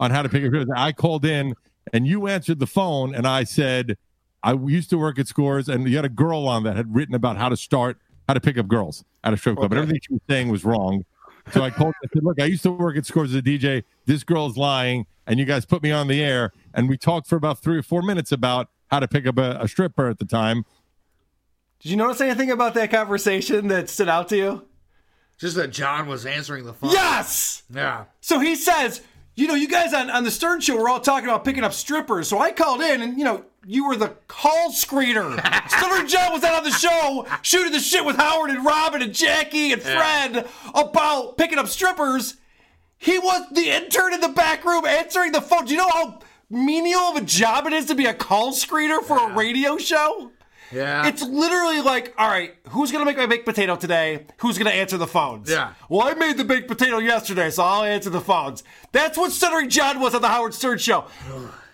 on how to pick up strippers. I called in, and you answered the phone, and I said, I used to work at Scores, and you had a girl on that had written about how to start, how to pick up girls at a strip club, but everything she was saying was wrong. So I called. I said, "Look, I used to work at Scores as a DJ. This girl's lying, and you guys put me on the air, and we talked for about three or four minutes about how to pick up a, a stripper at the time." Did you notice anything about that conversation that stood out to you? Just that John was answering the phone. Yes! Yeah. So he says, you know, you guys on, on the Stern Show were all talking about picking up strippers. So I called in and, you know, you were the call screener. Stern John was out on the show shooting the shit with Howard and Robin and Jackie and Yeah. Fred about picking up strippers. He was the intern in the back room answering the phone. Do you know how menial of a job it is to be a call screener for a radio show? Yeah. It's literally like, all right, who's gonna make my baked potato today? Who's gonna answer the phones? Yeah. Well, I made the baked potato yesterday, so I'll answer the phones. That's what Stuttering John was on the Howard Stern show.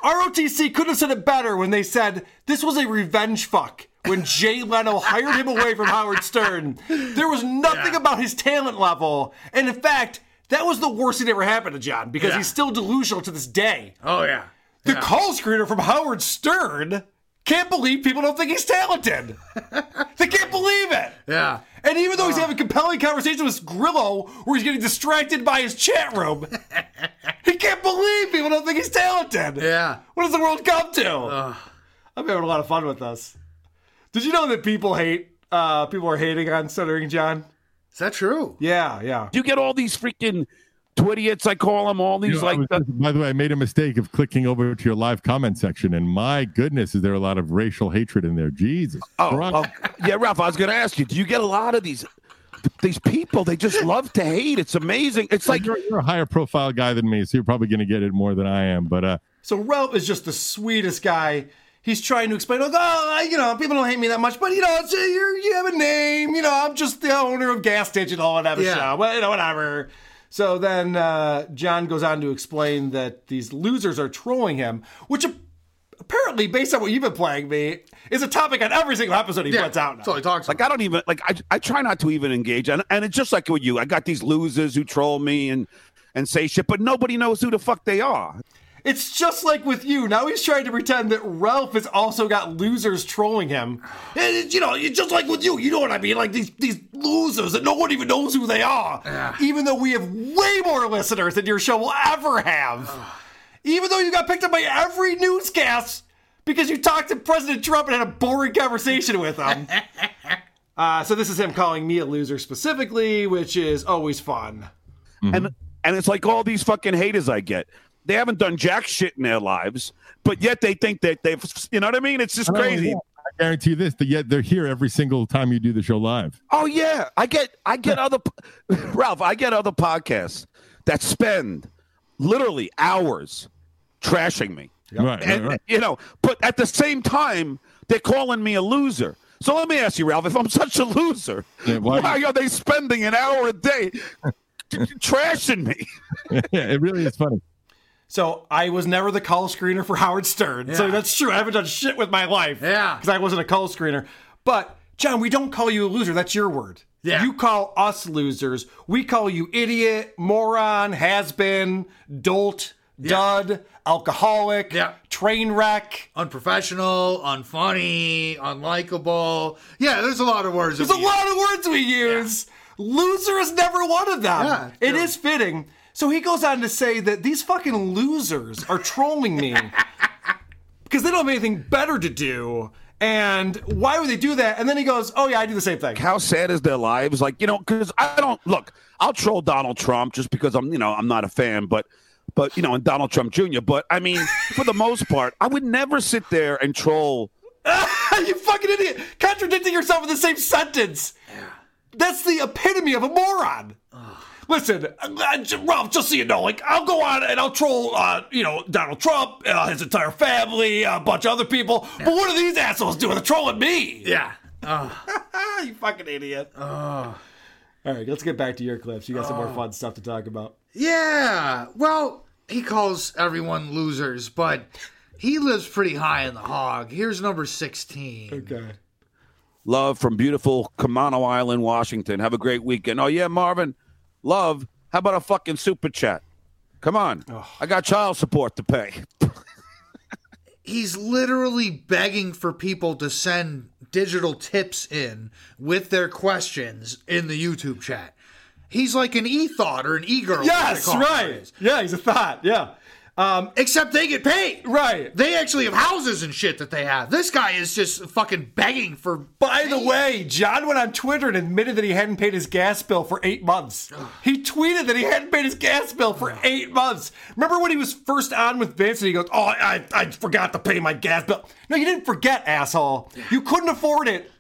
ROTC couldn't have said it better when they said this was a revenge fuck. When Jay Leno hired him away from Howard Stern, there was nothing about his talent level. And in fact, that was the worst thing that ever happened to John because Yeah. he's still delusional to this day. Oh yeah. The call screener from Howard Stern can't believe people don't think he's talented. they can't believe it. Yeah. And even though he's having compelling conversations with Grillo, where he's getting distracted by his chat room, he can't believe people don't think he's talented. Yeah. What does the world come to? I'm having a lot of fun with this. Did you know that people hate uh people are hating on Stuttering John? Is that true? Yeah, yeah. You get all these freaking twidiots, I call them, all You these know, I like. was just- by the way, I made a mistake of clicking over to your live comment section, and my goodness, is there a lot of racial hatred in there? Jesus. Oh, oh, yeah, Ralph. I was going to ask you. Do you get a lot of these these people? They just love to hate. It's amazing. It's like you're, you're a higher profile guy than me, so you're probably going to get it more than I am. But uh, So Ralph is just the sweetest guy. He's trying to explain, like, oh, I- you know, people don't hate me that much, but you know, it's, uh, you're, you have a name, you know, I'm just the owner of Gas Digital, whatever, Yeah. show, well, you know, whatever. So then uh, John goes on to explain that these losers are trolling him, which ap- apparently, based on what you've been playing me, is a topic on every single episode he puts out. Now. So he talks like I don't even like I, I try not to even engage and and it's just like with you. I got these losers who troll me and and say shit, but nobody knows who the fuck they are. It's just like with you. Now he's trying to pretend that Ralph has also got losers trolling him. And it's, you know, it's just like with you. You know what I mean? Like these these losers that no one even knows who they are. Even though we have way more listeners than your show will ever have. even though you got picked up by every newscast because you talked to President Trump and had a boring conversation with him. uh, so this is him calling me a loser specifically, which is always fun. And and it's like all these fucking haters I get. They haven't done jack shit in their lives, but yet they think that they've you know what I mean? It's just I don't know, crazy. yeah, I guarantee you this, that yet they're here every single time you do the show live. Oh yeah, I get I get other Ralph, I get other podcasts that spend literally hours trashing me. Right, and, right, right. You know, but at the same time, they're calling me a loser. So let me ask you, Ralph, if I'm such a loser, Yeah, why, why- are they spending an hour a day t- trashing me? yeah, it really is funny. So I was never the call screener for Howard Stern. So Yeah. that's true. I haven't done shit with my life. Yeah. Because I wasn't a call screener. But John, we don't call you a loser. That's your word. Yeah. You call us losers. We call you idiot, moron, has been, dolt, dud, alcoholic, train wreck, unprofessional, unfunny, unlikable. Yeah, there's a lot of words. There's a lot of words we use. Loser is never one of them. Yeah, it is fitting. So he goes on to say that these fucking losers are trolling me because they don't have anything better to do. And why would they do that? And then he goes, "Oh yeah, I do the same thing." How sad is their lives? Like you know, because I don't look. I'll troll Donald Trump just because I'm you know I'm not a fan, but but you know, and Donald Trump Jr. But I mean, for the most part, I would never sit there and troll. you fucking idiot! Contradicting yourself in the same sentence. That's the epitome of a moron. Listen, I, I, j- Ralph, just so you know, like I'll go on and I'll troll, uh, you know, Donald Trump, uh, his entire family, uh, a bunch of other people. But what are these assholes doing? They're trolling me. Yeah. you fucking idiot. All right, let's get back to your clips. You got some more Oh. fun stuff to talk about. Yeah. Well, he calls everyone losers, but he lives pretty high in the hog. Here's number 16. Okay. Love from beautiful Kamano Island, Washington. Have a great weekend. Oh yeah, Marvin. Love. How about a fucking super chat? Come on. I got child support to pay. He's literally begging for people to send digital tips in with their questions in the YouTube chat. He's like an e thought or an e girl. Yes, right. Yeah, he's a thought. Yeah. Um, Except they get paid. Right. They actually have houses and shit that they have. This guy is just fucking begging for. By the way, John went on Twitter and admitted that he hadn't paid his gas bill for eight months. He tweeted that he hadn't paid his gas bill for eight months. Remember when he was first on with Vince and he goes, Oh, I, I forgot to pay my gas bill. No, you didn't forget, asshole. You couldn't afford it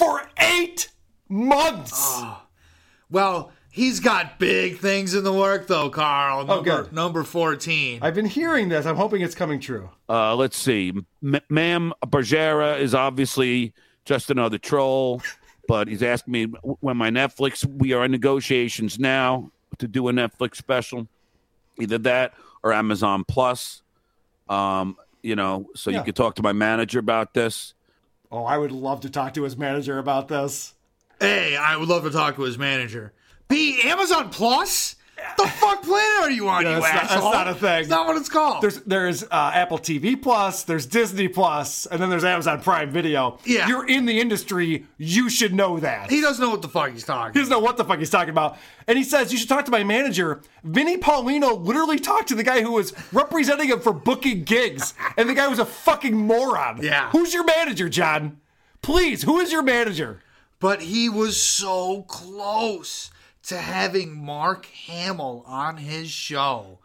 for eight months. Ah. Well, he's got big things in the work though, Carl. Oh, Number, number 14. I've been hearing this. I'm hoping it's coming true. Uh, let's see. M- Ma'am Bergera is obviously just another troll, but he's asking me when my Netflix, we are in negotiations now to do a Netflix special, either that or Amazon Plus. Um, you know, so Yeah. you could talk to my manager about this. Oh, I would love to talk to his manager about this. Hey, I would love to talk to his manager. B, Amazon Plus? The fuck planet are you on, Yeah, you that's, not, that's asshole? not a thing. It's not what it's called. There's there's uh, Apple TV Plus, there's Disney Plus, and then there's Amazon Prime Video. Yeah. you're in the industry. You should know that. He doesn't know what the fuck he's talking. He doesn't know what the fuck he's talking about. And he says you should talk to my manager. Vinny Paulino literally talked to the guy who was representing him for booking gigs, and the guy was a fucking moron. Yeah. Who's your manager, John? Please, who is your manager? But he was so close to having Mark Hamill on his show.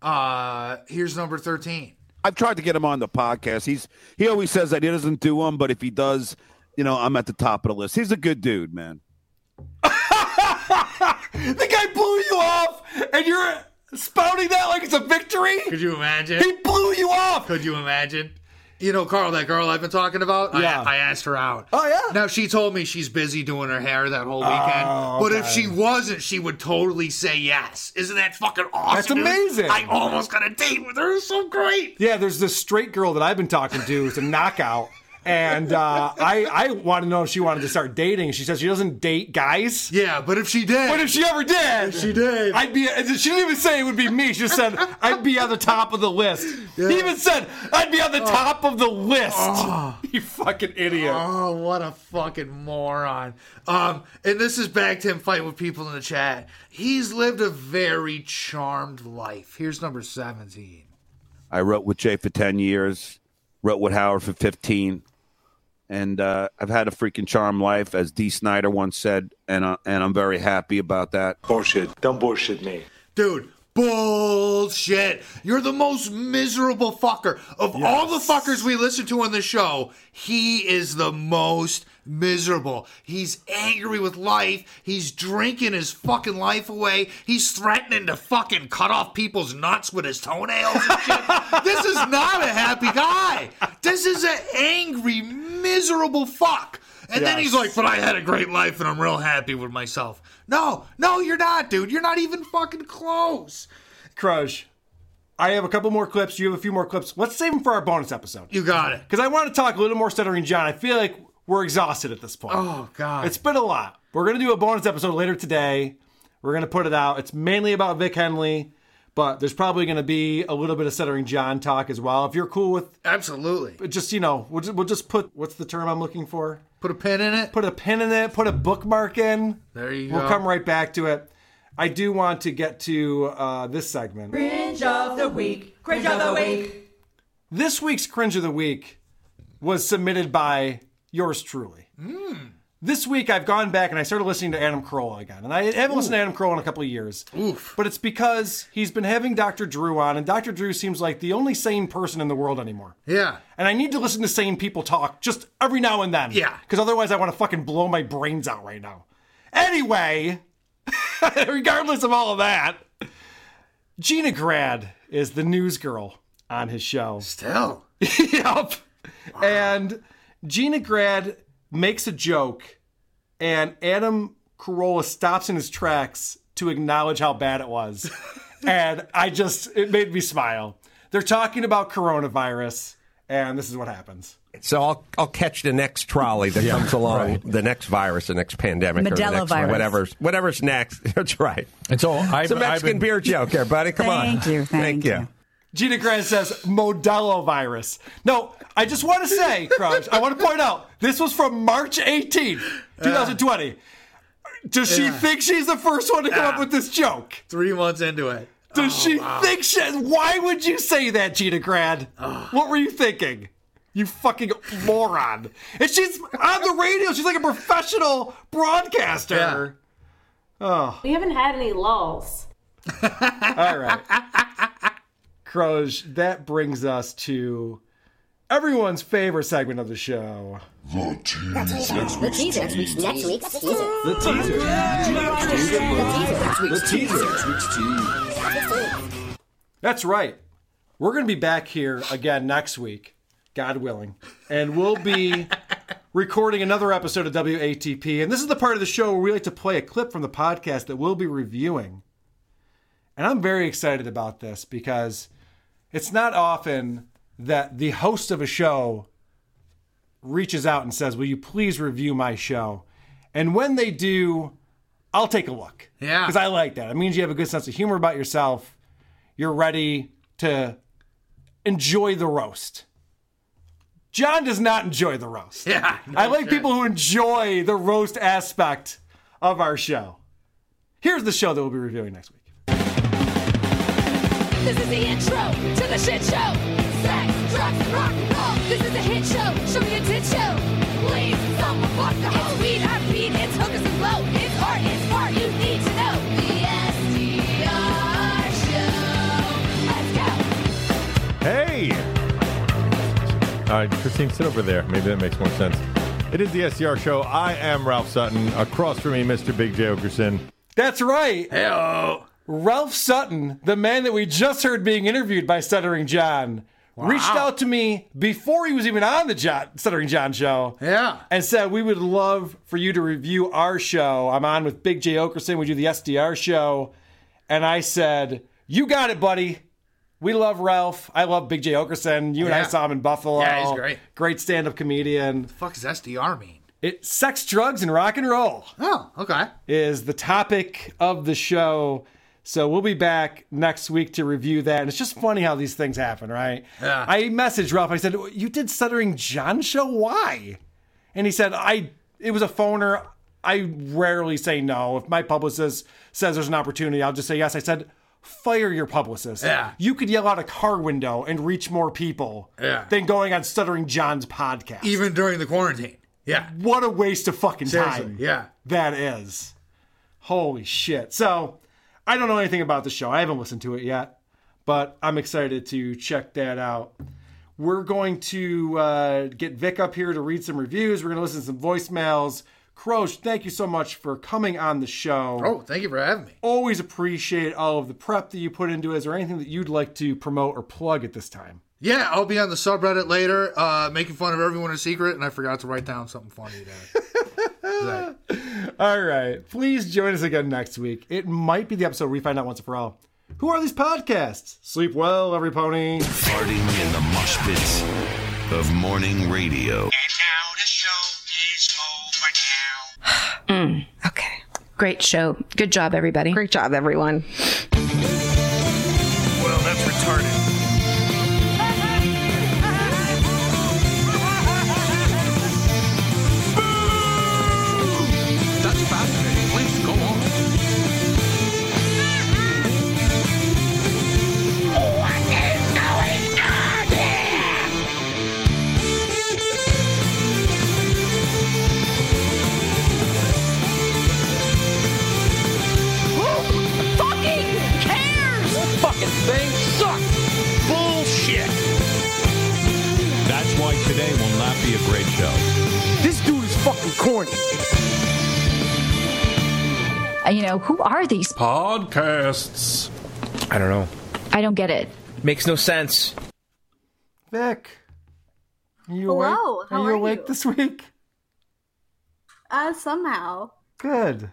Uh, here's number 13. I've tried to get him on the podcast. He's he always says that he doesn't do them, but if he does, you know, I'm at the top of the list. He's a good dude, man. The guy blew you off, and you're spouting that like it's a victory. Could you imagine? He blew you off. Could you imagine? You know, Carl, that girl I've been talking about, Yeah. I, I asked her out. Oh, yeah. Now, she told me she's busy doing her hair that whole weekend. Oh, But if okay. she wasn't, she would totally say yes. Isn't that fucking awesome? That's dude? amazing. I almost got a date with her. It's so great. Yeah, there's this straight girl that I've been talking to. It's a knockout. And uh, I, I want to know if she wanted to start dating. She says she doesn't date guys. Yeah, but if she did. But if she ever did. If she did. I'd be, she didn't even say it would be me. She just said, I'd be on the top of the list. He even said, I'd be on the top of the list. You fucking idiot. Oh, what a fucking moron. Um, and this is back to him fighting with people in the chat. He's lived a very charmed life. Here's number 17. I wrote with Jay for 10 years, wrote with Howard for 15. And uh, I've had a freaking charm life, as D. Snyder once said, and, uh, and I'm very happy about that. Bullshit. Don't bullshit me. Dude, bullshit. You're the most miserable fucker. Of all the fuckers we listen to on the show, he is the most miserable. He's angry with life. He's drinking his fucking life away. He's threatening to fucking cut off people's nuts with his toenails and shit. this is not a happy guy. This is an angry, miserable fuck. And then Yes. he's like, but I had a great life and I'm real happy with myself. No, no, you're not, dude. You're not even fucking close. Crush. I have a couple more clips. You have a few more clips. Let's save them for our bonus episode. You got it. Because I want to talk a little more Stuttering John. I feel like we're exhausted at this point. Oh, God. It's been a lot. We're going to do a bonus episode later today. We're going to put it out. It's mainly about Vic Henley, but there's probably going to be a little bit of Stuttering John talk as well. If you're cool with Absolutely. just, you know, we'll just, we'll just put what's the term I'm looking for? Put a pin in it. Put a pin in it. Put a bookmark in. There you We'll go. come right back to it. I do want to get to uh, this segment. Cringe of the week. Cringe of the week. This week's cringe of the week was submitted by yours truly. Hmm. This week I've gone back and I started listening to Adam Carolla again. And I haven't listened to Adam Carolla in a couple of years. Oof. But it's because he's been having Dr. Drew on, and Dr. Drew seems like the only sane person in the world anymore. Yeah. And I need to listen to sane people talk just every now and then. Yeah. Because otherwise I want to fucking blow my brains out right now. Anyway, regardless of all of that, Gina Grad is the news girl on his show. Still. yep. And Gina Grad makes a joke, and Adam Carolla stops in his tracks to acknowledge how bad it was. and I just, it made me smile. They're talking about coronavirus, and this is what happens. So I'll I'll catch the next trolley that comes along, the next virus, the next pandemic, or the Modelo next virus. whatever's whatever's next. That's right. It's all. it's a I've- I've Mexican been- beer joke, here, buddy. Come on. Thank you, Thank, you. Gina Grant says Modelo virus. No, I just want to say, Crouch, I want to point out this was from March 18, 2020. Does she Yeah. think she's the first one to come Yeah. up with this joke? Three months into it. Does she wow. think she? Why would you say that, Gina Grad? What were you thinking? You fucking moron. And she's on the radio. She's like a professional broadcaster. Oh. We haven't had any lulls. All right. Croj, that brings us to everyone's favorite segment of the show. The teaser. The teaser. Next week's teaser. The teaser. The That's right. We're going to be back here again next week, God willing. And we'll be recording another episode of WATP. And this is the part of the show where we like to play a clip from the podcast that we'll be reviewing. And I'm very excited about this because it's not often that the host of a show reaches out and says, Will you please review my show? And when they do, I'll take a look. Yeah. Because I like that. It means you have a good sense of humor about yourself. You're ready to enjoy the roast. John does not enjoy the roast. Yeah. I like people who enjoy the roast aspect of our show. Here's the show that we'll be reviewing next week. This is the intro to the shit show. Sex, drugs, and rock and roll. This is a hit show. Show me a tit show. Please, someone fuck the hoe. It's weed, I'm beat. It's hookers and blow. It's art, it's part you need to know. The SDR show. Let's go. Hey! All right, Christine, sit over there. Maybe that makes more sense. It is the SCR show. I am Ralph Sutton. Across from me, Mr. Big J. Okerson. That's right. Ralph Sutton, the man that we just heard being interviewed by Stuttering John, reached out to me before he was even on the John, Stuttering John show. Yeah. And said, We would love for you to review our show. I'm on with Big J. Okerson. We do the SDR show. And I said, You got it, buddy. We love Ralph. I love Big J. Okerson. You and I Yeah. saw him in Buffalo. Yeah, he's great. Great stand up comedian. fuck does SDR mean? It sex, drugs, and rock and roll. Oh, okay. is the topic of the show. So we'll be back next week to review that. And it's just funny how these things happen, right? Yeah. I messaged Ralph. I said, "You did Stuttering John show? Why?" And he said, "I it was a phoner. I rarely say no. If my publicist says there's an opportunity, I'll just say yes." I said, "Fire your publicist. Yeah. You could yell out a car window and reach more people Yeah. Uh, than going on Stuttering John's podcast." Even during the quarantine. Yeah. What a waste of fucking Seriously, time. yeah. That is. Holy shit. So, I don't know anything about the show. I haven't listened to it yet, but I'm excited to check that out. We're going to uh, get Vic up here to read some reviews. We're going to listen to some voicemails. Croach, thank you so much for coming on the show. Oh, thank you for having me. Always appreciate all of the prep that you put into it. Is there anything that you'd like to promote or plug at this time? Yeah, I'll be on the subreddit later, uh, making fun of everyone in secret, and I forgot to write down something funny. Today. All right. Please join us again next week. It might be the episode where we find out once and for all. Who are these podcasts? Sleep well, every pony. Farting in the mosh pits of morning radio. Mm, okay. Great show. Good job, everybody. Great job, everyone. Well, that's retarded. That's fascinating. Please go on. What is going on here? Uh, You know, who are these? Podcasts. I don't know. I don't get it. Makes no sense. Vic. Are you Hello, awake? how are are you awake you? this week? Uh, somehow. Good.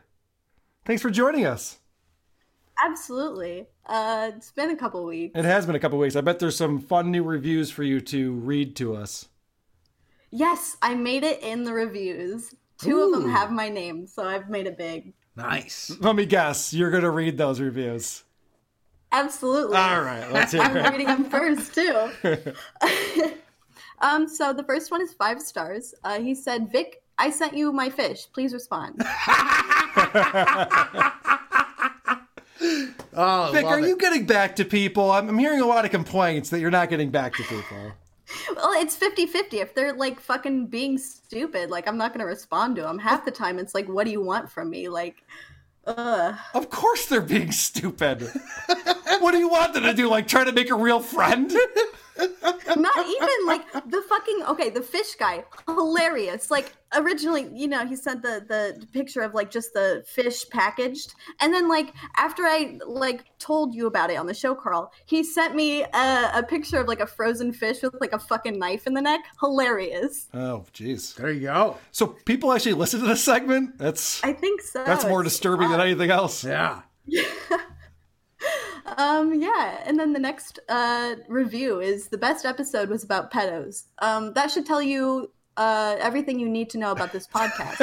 Thanks for joining us. Absolutely. Uh, it's been a couple weeks. It has been a couple weeks. I bet there's some fun new reviews for you to read to us. Yes, I made it in the reviews. Two of Ooh. them have my name, so I've made it big. Nice. Let me guess. You're going to read those reviews. Absolutely. All right, let's hear it. I'm reading them first too. um, so the first one is five stars. Uh, he said, "Vic, I sent you my fish. Please respond." Oh, Vic, love are it. you getting back to people? I'm, I'm hearing a lot of complaints that you're not getting back to people. well, it's 50-50. If they're like fucking being stupid, like I'm not gonna respond to them. Half the time, it's like, "What do you want from me?" Like, ugh. Of course they're being stupid. what do you want them to do? Like try to make a real friend? not even like the fucking okay the fish guy hilarious like originally you know he sent the the picture of like just the fish packaged and then like after i like told you about it on the show carl he sent me a, a picture of like a frozen fish with like a fucking knife in the neck hilarious Oh, jeez. There you go. So people actually listen to this segment? That's i think so that's more disturbing than anything else. Yeah. um yeah and then the next uh review is the best episode was about pedos um that should tell you uh everything you need to know about this podcast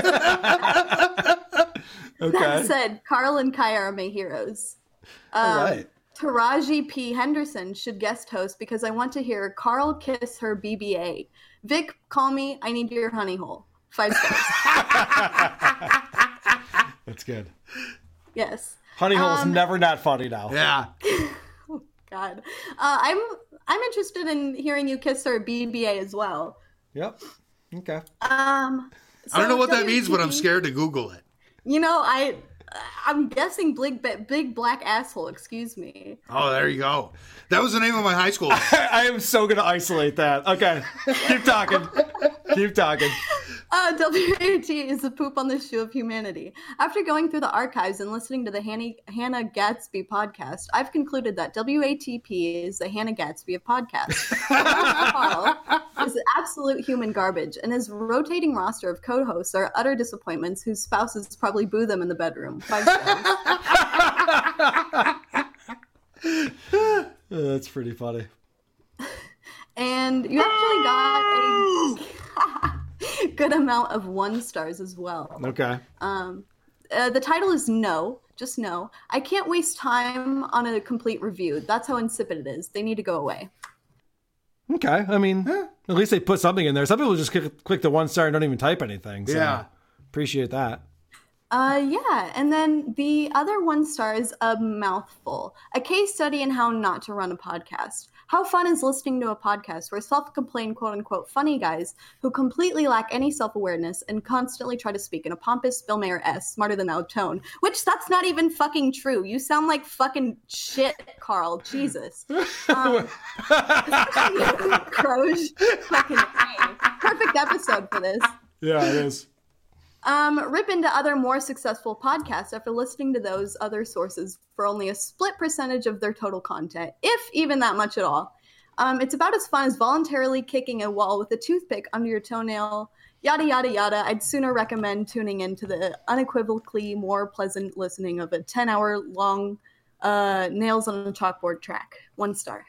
That said, Carl and Kai are my heroes. All Um, right. Taraji P. Henderson should guest host because I want to hear Carl kiss her BBA. Vic, call me. I need your honey hole. Five stars. That's good. yes. Honey hole's Um, never not funny now. Yeah. God. Uh, I'm I'm interested in hearing you kiss her BBA as well. Yep. Okay. Um, I don't know so what that means, but I'm WPP scared to Google it. You know, I I'm guessing big ba- big black asshole. Excuse me. Oh, there you go. That was the name of my high school. I am so going to isolate that. Okay. Keep talking. Keep talking. Uh, WAT is the poop on the shoe of humanity. After going through the archives and listening to the Hanny, Hannah Gatsby podcast, I've concluded that WATP is the Hannah Gatsby of podcasts. Carl is absolute human garbage, and his rotating roster of co hosts are utter disappointments whose spouses probably boo them in the bedroom. Five stars. Uh, that's pretty funny. and you actually got a good amount of one stars as well. Okay. Um, uh, the title is No, just No. I can't waste time on a complete review. That's how insipid it is. They need to go away. Okay. I mean, at least they put something in there. Some people just click, click the one star and don't even type anything. So Yeah. Appreciate that. Uh, yeah, and then the other one star is a mouthful. A case study in how not to run a podcast. How fun is listening to a podcast where self complain, quote unquote, funny guys who completely lack any self awareness and constantly try to speak in a pompous Bill Mayer S, smarter than thou tone, which that's not even fucking true. You sound like fucking shit, Carl. Jesus. Um, Croge, fucking A. Perfect episode for this. Yeah, it is. Um, rip into other more successful podcasts after listening to those other sources for only a split percentage of their total content, if even that much at all. Um, it's about as fun as voluntarily kicking a wall with a toothpick under your toenail. Yada, yada, yada. I'd sooner recommend tuning into the unequivocally more pleasant listening of a 10 hour long uh, nails on a chalkboard track. One star.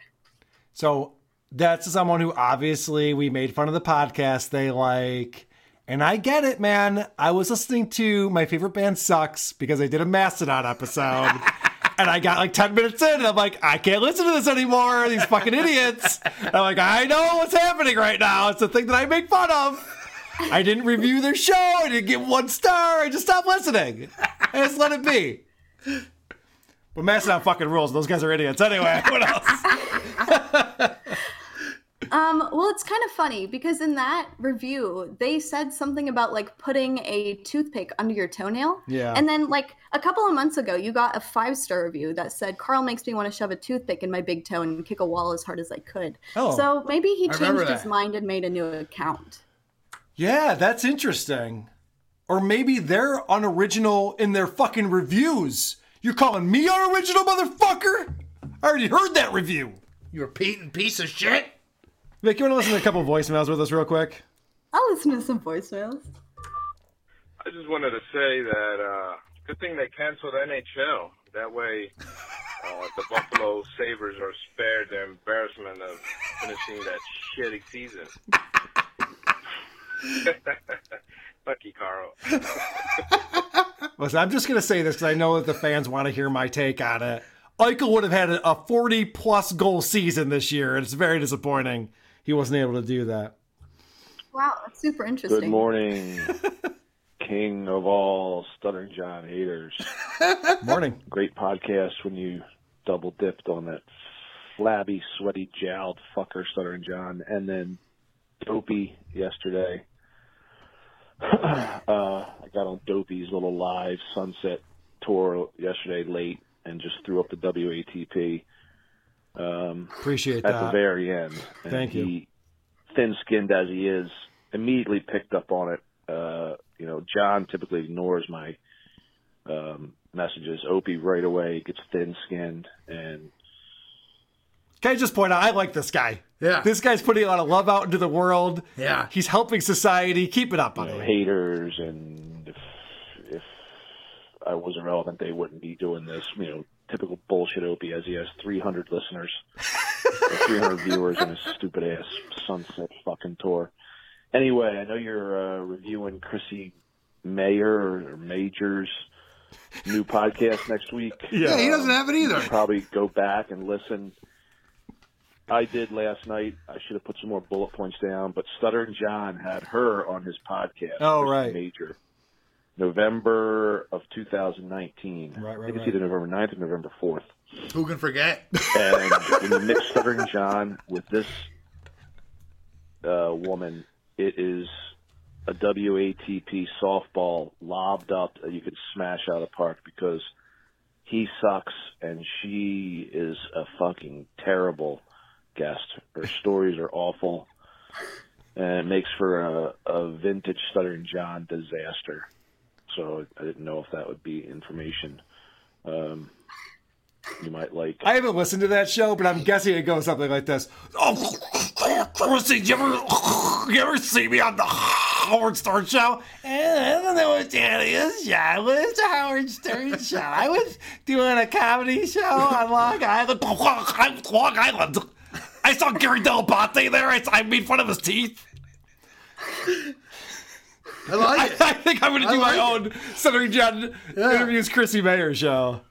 So that's someone who obviously we made fun of the podcast. They like, and I get it, man. I was listening to my favorite band sucks because they did a Mastodon episode. And I got like 10 minutes in, and I'm like, I can't listen to this anymore. These fucking idiots. And I'm like, I know what's happening right now. It's the thing that I make fun of. I didn't review their show. I didn't get one star. I just stopped listening. I just let it be. But Mastodon fucking rules. Those guys are idiots anyway. What else? Um, well, it's kind of funny because in that review, they said something about like putting a toothpick under your toenail. Yeah. And then, like, a couple of months ago, you got a five star review that said, Carl makes me want to shove a toothpick in my big toe and kick a wall as hard as I could. Oh. so maybe he I remember changed his that. mind and made a new account. Yeah, that's interesting. Or maybe they're unoriginal in their fucking reviews. You're calling me unoriginal, motherfucker? I already heard that review. You repeating piece of shit? Vic, you want to listen to a couple voicemails with us real quick? I'll listen to some voicemails. I just wanted to say that uh, good thing they canceled NHL. That way, uh, the Buffalo Sabres are spared the embarrassment of finishing that shitty season. Lucky Carl. Listen, I'm just going to say this because I know that the fans want to hear my take on it. Eichel would have had a 40 plus goal season this year, and it's very disappointing he wasn't able to do that. Wow, that's super interesting. Good morning, king of all Stuttering John haters. Morning. Great podcast when you double dipped on that flabby, sweaty, jowled fucker Stuttering John, and then Dopey yesterday. uh, I got on Dopey's little live sunset tour yesterday late and just threw up the WATP. Um, Appreciate at that. the very end. And Thank he, you. thin-skinned as he is, immediately picked up on it. Uh, you know, John typically ignores my um, messages. Opie right away gets thin-skinned, and Can I just point out, I like this guy. Yeah. This guy's putting a lot of love out into the world. Yeah. He's helping society. Keep it up, you buddy. know, haters, and if if I was irrelevant, they wouldn't be doing this. You know, typical bullshit Opie as he has 300 listeners, or 300 viewers on his stupid ass sunset fucking tour. Anyway, I know you're uh, reviewing Chrissy Mayer or Major's new podcast next week. Yeah, he doesn't have it either. you should Probably go back and listen. I did last night. I should have put some more bullet points down, but Stutter and John had her on his podcast. Oh, Chrissy right. Major. November of 2019. Right, right, I think it's right. either November 9th or November 4th. Who can forget? And when you mix Stutter and John with this uh, woman, it is a WATP softball lobbed up that you could smash out of the park because he sucks and she is a fucking terrible guest. Her stories are awful, and it makes for a, a vintage Stuttering John disaster. So I didn't know if that would be information um, you might like. I haven't listened to that show, but I'm guessing it goes something like this. Oh, Chrissy, you ever, you ever see me on the Howard Stern show? Eh, I don't know what that is. Yeah, I was the Howard Stern show. I was doing a comedy show on Long Island. Long Island. I saw Gary Delabate there. I, I made fun of his teeth. I like it. I, think I'm going to I do my like own Senator John interviews Chrissy Mayer show.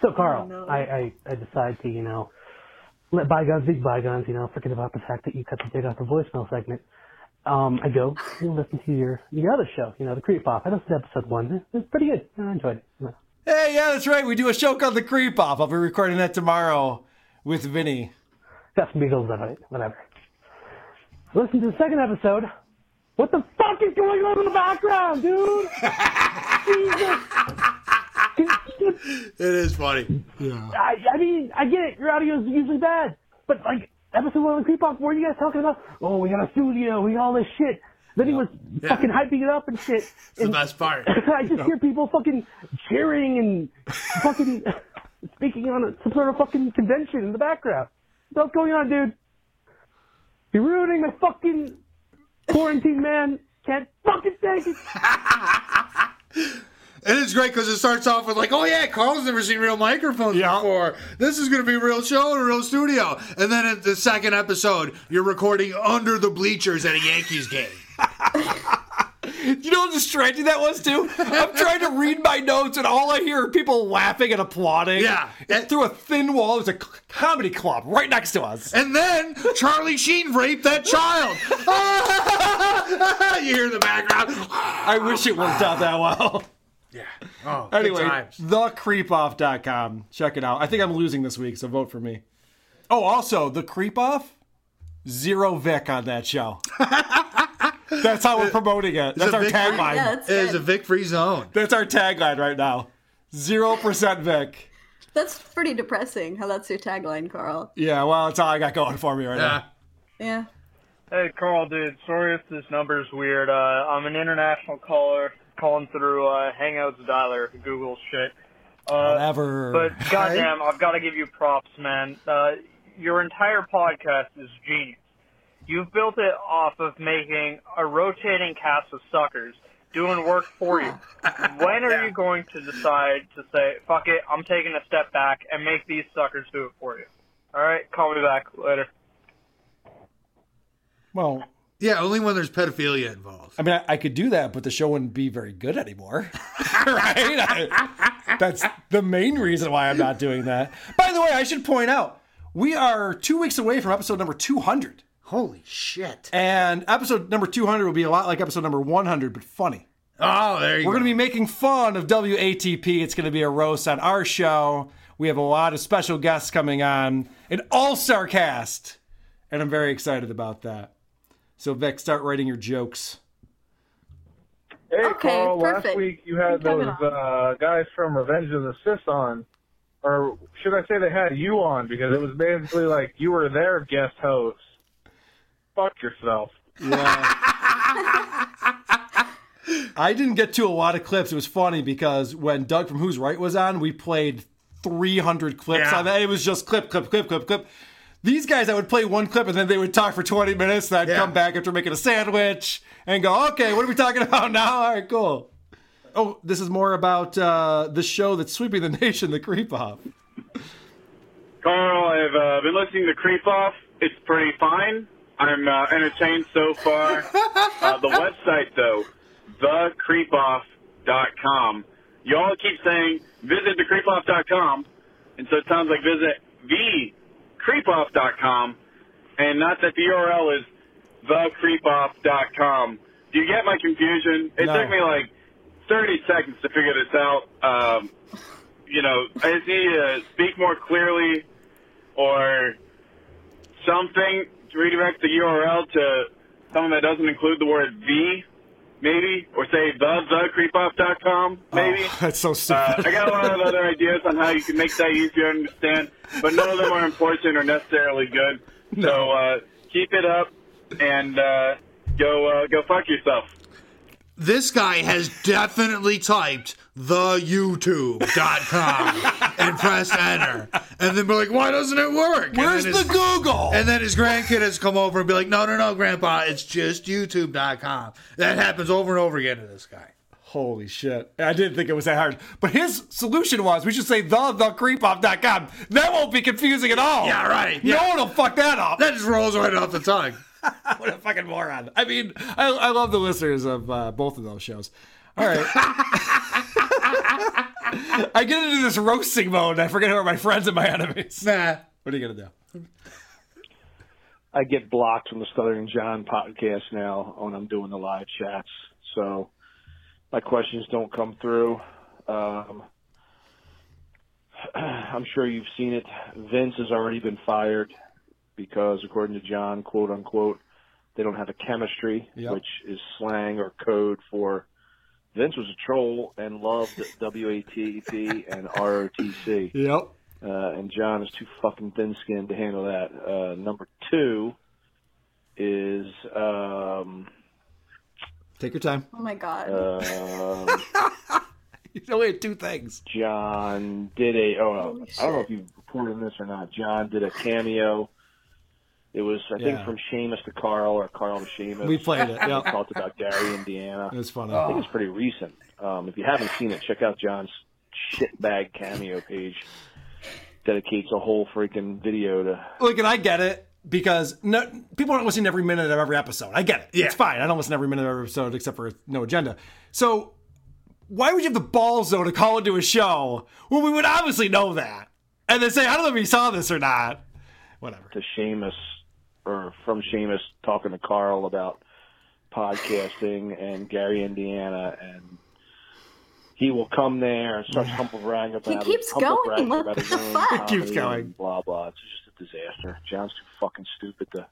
So Carl, I, I I decide to you know let bygones be bygones. You know, forget about the fact that you cut the dick off the voicemail segment. Um, I go and listen to your your other show. You know, the Creep Off. I listened to episode one. It was pretty good. I enjoyed it. Hey, yeah, that's right. We do a show called The Creep Off. I'll be recording that tomorrow with Vinny. Got some giggles out of it. Whatever. Listen to the second episode. What the fuck is going on in the background, dude? Jesus. It is funny. Yeah. I, I mean, I get it. Your audio is usually bad, but like episode one of the creep off, what are you guys talking about? Oh, we got a studio, we got all this shit. Then he was fucking hyping it up and shit. It's the best part. I just hear people fucking cheering and fucking speaking on a, some sort of fucking convention in the background. What's going on, dude? You're ruining the fucking quarantine, man. Can't fucking take it. And it's great because it starts off with like, oh yeah, Carl's never seen real microphones before. This is going to be a real show in a real studio. And then at the second episode, you're recording under the bleachers at a Yankees game. You know how distracting that was, too? I'm trying to read my notes, and all I hear are people laughing and applauding. Yeah. And through a thin wall, there's a c- comedy club right next to us. And then Charlie Sheen raped that child. you hear in the background. I wish it worked out that well. Oh, good anyway, times. thecreepoff.com. Check it out. I think I'm losing this week, so vote for me. Oh, also, The Creep Off, zero Vic on that show. That's how we're promoting it. It's That's a our Vic- tagline. Yeah, that's It is good. a Vic free zone. That's our tagline right now. Zero percent Vic. That's pretty depressing how that's your tagline, Carl. Yeah, well, that's all I got going for me right now. Yeah. Hey, Carl, dude. Sorry if this number's weird. Uh, I'm an international caller. calling through uh, Hangouts dialer, Google shit. Uh, Whatever. But goddamn, I've got to give you props, man. Uh, your entire podcast is genius. You've built it off of making a rotating cast of suckers doing work for you. When are you going to decide to say, "Fuck it, I'm taking a step back and make these suckers do it for you"? All right, call me back later. Well, yeah, only when there's pedophilia involved. I mean, I, I could do that, but the show wouldn't be very good anymore. right? I- that's the main reason why I'm not doing that. By the way, I should point out we are two weeks away from episode number 200. Holy shit. And episode number 200 will be a lot like episode number 100, but funny. Oh, there you We're go. going to be making fun of WATP. It's going to be a roast on our show. We have a lot of special guests coming on, an all star cast. And I'm very excited about that. So, Vic, start writing your jokes. Hey, Okay, Carl. Last perfect. week you had Keep coming those uh, guys from Revenge of the Sith on, or should I say they had you on because it was basically like you were their guest host. Fuck yourself. I didn't get to a lot of clips. It was funny because when Doug from Who's Right was on, we played 300 clips Yeah. on that. It was just clip, clip, clip, clip, clip. These guys, I would play one clip and then they would talk for 20 minutes. And I'd come back after making a sandwich and go, okay, what are we talking about now? All right, cool. Oh, this is more about uh, the show that's sweeping the nation, the creep off. Carl, I've uh, been listening to Creep Off. It's pretty fine. I'm uh, entertained so far. uh, the website, though, thecreepoff.com. Y'all keep saying visit thecreepoff.com, and so it sounds like visit thecreepoff.com, and not that the URL is thecreepoff.com. Do you get my confusion? It No. took me like 30 seconds to figure this out. Um, you know, I just need to speak more clearly or something to redirect the URL to something that doesn't include the word V, maybe, or say the, the com maybe. That's so Uh, stupid. I got a lot of other ideas on how you can make that easier to understand, but none of them are important or necessarily good. So uh, keep it up and uh, go uh, go fuck yourself. This guy has definitely typed theyoutube.com and pressed enter. And then be like, why doesn't it work? And Where's then the his- Google? And then his grandkid has come over and be like, no, no, no, grandpa, it's just youtube.com. That happens over and over again to this guy. Holy shit. I didn't think it was that hard. But his solution was we should say the thecreepoff.com. That won't be confusing at all. Yeah, right. No Yeah. one will fuck that up. That just rolls right off the tongue. what a fucking moron. I mean, I, I love the listeners of uh, both of those shows. All right. I get into this roasting mode. and I forget who are my friends and my enemies. Nah. What are you going to do? I get blocked from the Stuttering John podcast now when I'm doing the live chats. So my questions don't come through. Um, I'm sure you've seen it. Vince has already been fired because, according to John, quote unquote, they don't have a chemistry, Yep. which is slang or code for Vince was a troll and loved WATP and ROTC. Yep. Uh, and John is too fucking thin skinned to handle that. Uh, number two is. Um, Take your time. Oh my god. um, There's only two things. John did a. Oh, Holy I don't know shit. if you reported this or not. John did a cameo. It was, I Yeah. think, from Seamus to Carl or Carl to Seamus. We played it, yeah. We talked about Gary, Indiana. It was funny. I think it's pretty recent. Um, if you haven't seen it, check out John's shitbag cameo page. Dedicates a whole freaking video to Look, and I get it because no, people aren't listening to every minute of every episode. I get it. It's fine. I don't listen to every minute of every episode except for No Agenda. So why would you have the balls, though, to call into a show when we would obviously know that and then say, I don't know if you saw this or not? to Seamus or from Seamus talking to Carl about podcasting and Gary Indiana and he will come there and start humble bragging about He it, keeps humble going. bragging What about his the own fuck? He comedy keeps going. and Blah blah. It's just a disaster. John's too fucking stupid to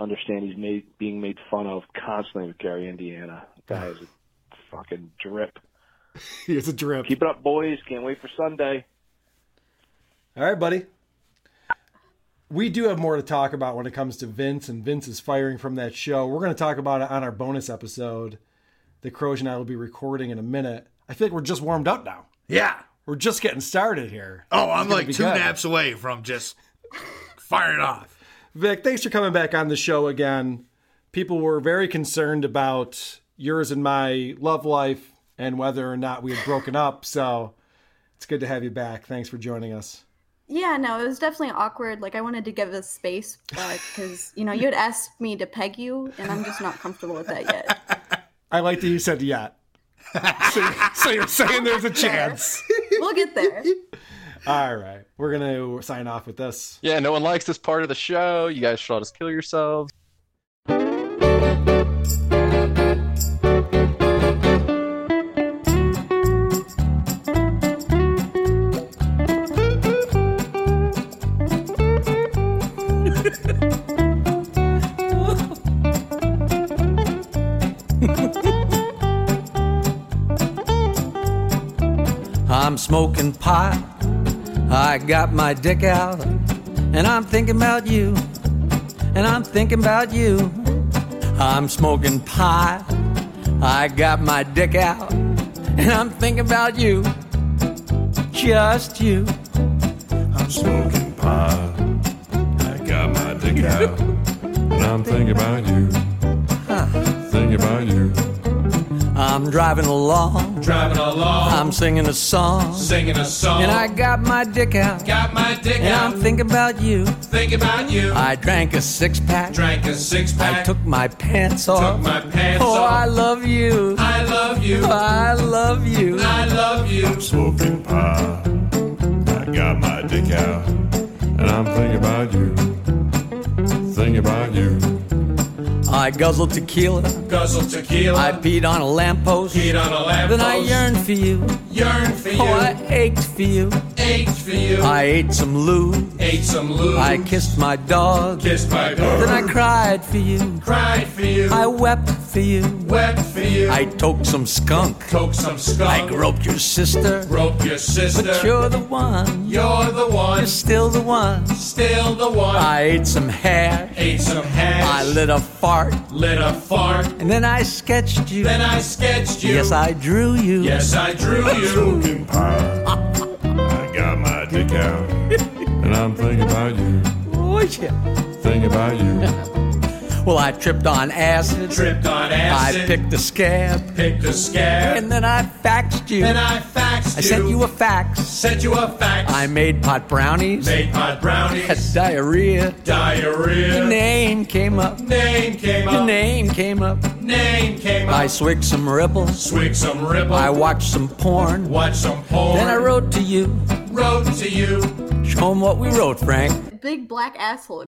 understand he's made being made fun of constantly with Gary Indiana. The guy is a fucking drip. he is a drip. Keep it up, boys. Can't wait for Sunday. All right, buddy. We do have more to talk about when it comes to Vince and Vince is firing from that show. We're going to talk about it on our bonus episode. that Croge and I will be recording in a minute. I feel like we're just warmed up now. Yeah. We're just getting started here. Oh, It's I'm gonna like be two good. naps away from just firing off. Vic, thanks for coming back on the show again. People were very concerned about yours and my love life and whether or not we had broken up. So it's good to have you back. Thanks for joining us. Yeah, no, it was definitely awkward. Like I wanted to give this space because you know you had asked me to peg you, and I'm just not comfortable with that yet. I like that you said yacht. so, so you're saying there's a chance. We'll get there. All right. We're going to sign off with this. Yeah, no one likes this part of the show. You guys should all just kill yourselves. I'm smoking pot. I got my dick out. And I'm thinking about you. And I'm thinking about you. I'm smoking pot. I got my dick out. And I'm thinking about you. Just you. I'm smoking Pie. I got my dick out. And I'm thinking about you. Thinking about you. I'm driving along. Driving along. I'm singing a song. Singing a song. And I got my dick out. Got my dick and out. I'm thinking about you. Think about you. I drank a six pack. Drank a six-pack. I took my pants off. Took my pants oh, off. I love you. Oh, I love you. I love you. I love you. I'm smoking pie. I got my dick out. And I'm thinking about you. Thinking about you. I guzzled tequila. Guzzled tequila. I peed on a lamppost. Peed on a lamppost. Then I yearned for you. Yearned for you. Oh, I ached for you. Ached for you. I ate some lube. Ate some lube. I kissed my dog. Kissed my dog. Then I cried for you. Cried for you. I wept for you. Wept for you. I toked some skunk. Toked some skunk. I groped your sister. Groped your sister. But you're the one. You're the one. You're still the one. Still the one. I ate some hash. Ate some hash. I lit a fart. Lit a fart. And then I sketched you. Then I sketched you. Yes, I drew you. Yes, I drew you. Smoking pie. I got my dick out. And I'm thinking about you. Oh, yeah. Thinking about you. Well, I tripped on acid. Tripped on I acid. picked a scab. Picked a scab. And then I faxed you. Then I faxed I sent you. you a fax. Sent you a fax. I made pot brownies. Made pot brownies. Had diarrhea. Diarrhea. Your name came up. Name came Your up. name came up. Name came I up. swigged some ripples. Swigged some ripple. I watched some porn. Watched some porn. Then I wrote to you. Wrote to you. Show 'em what we wrote, Frank. Big black asshole.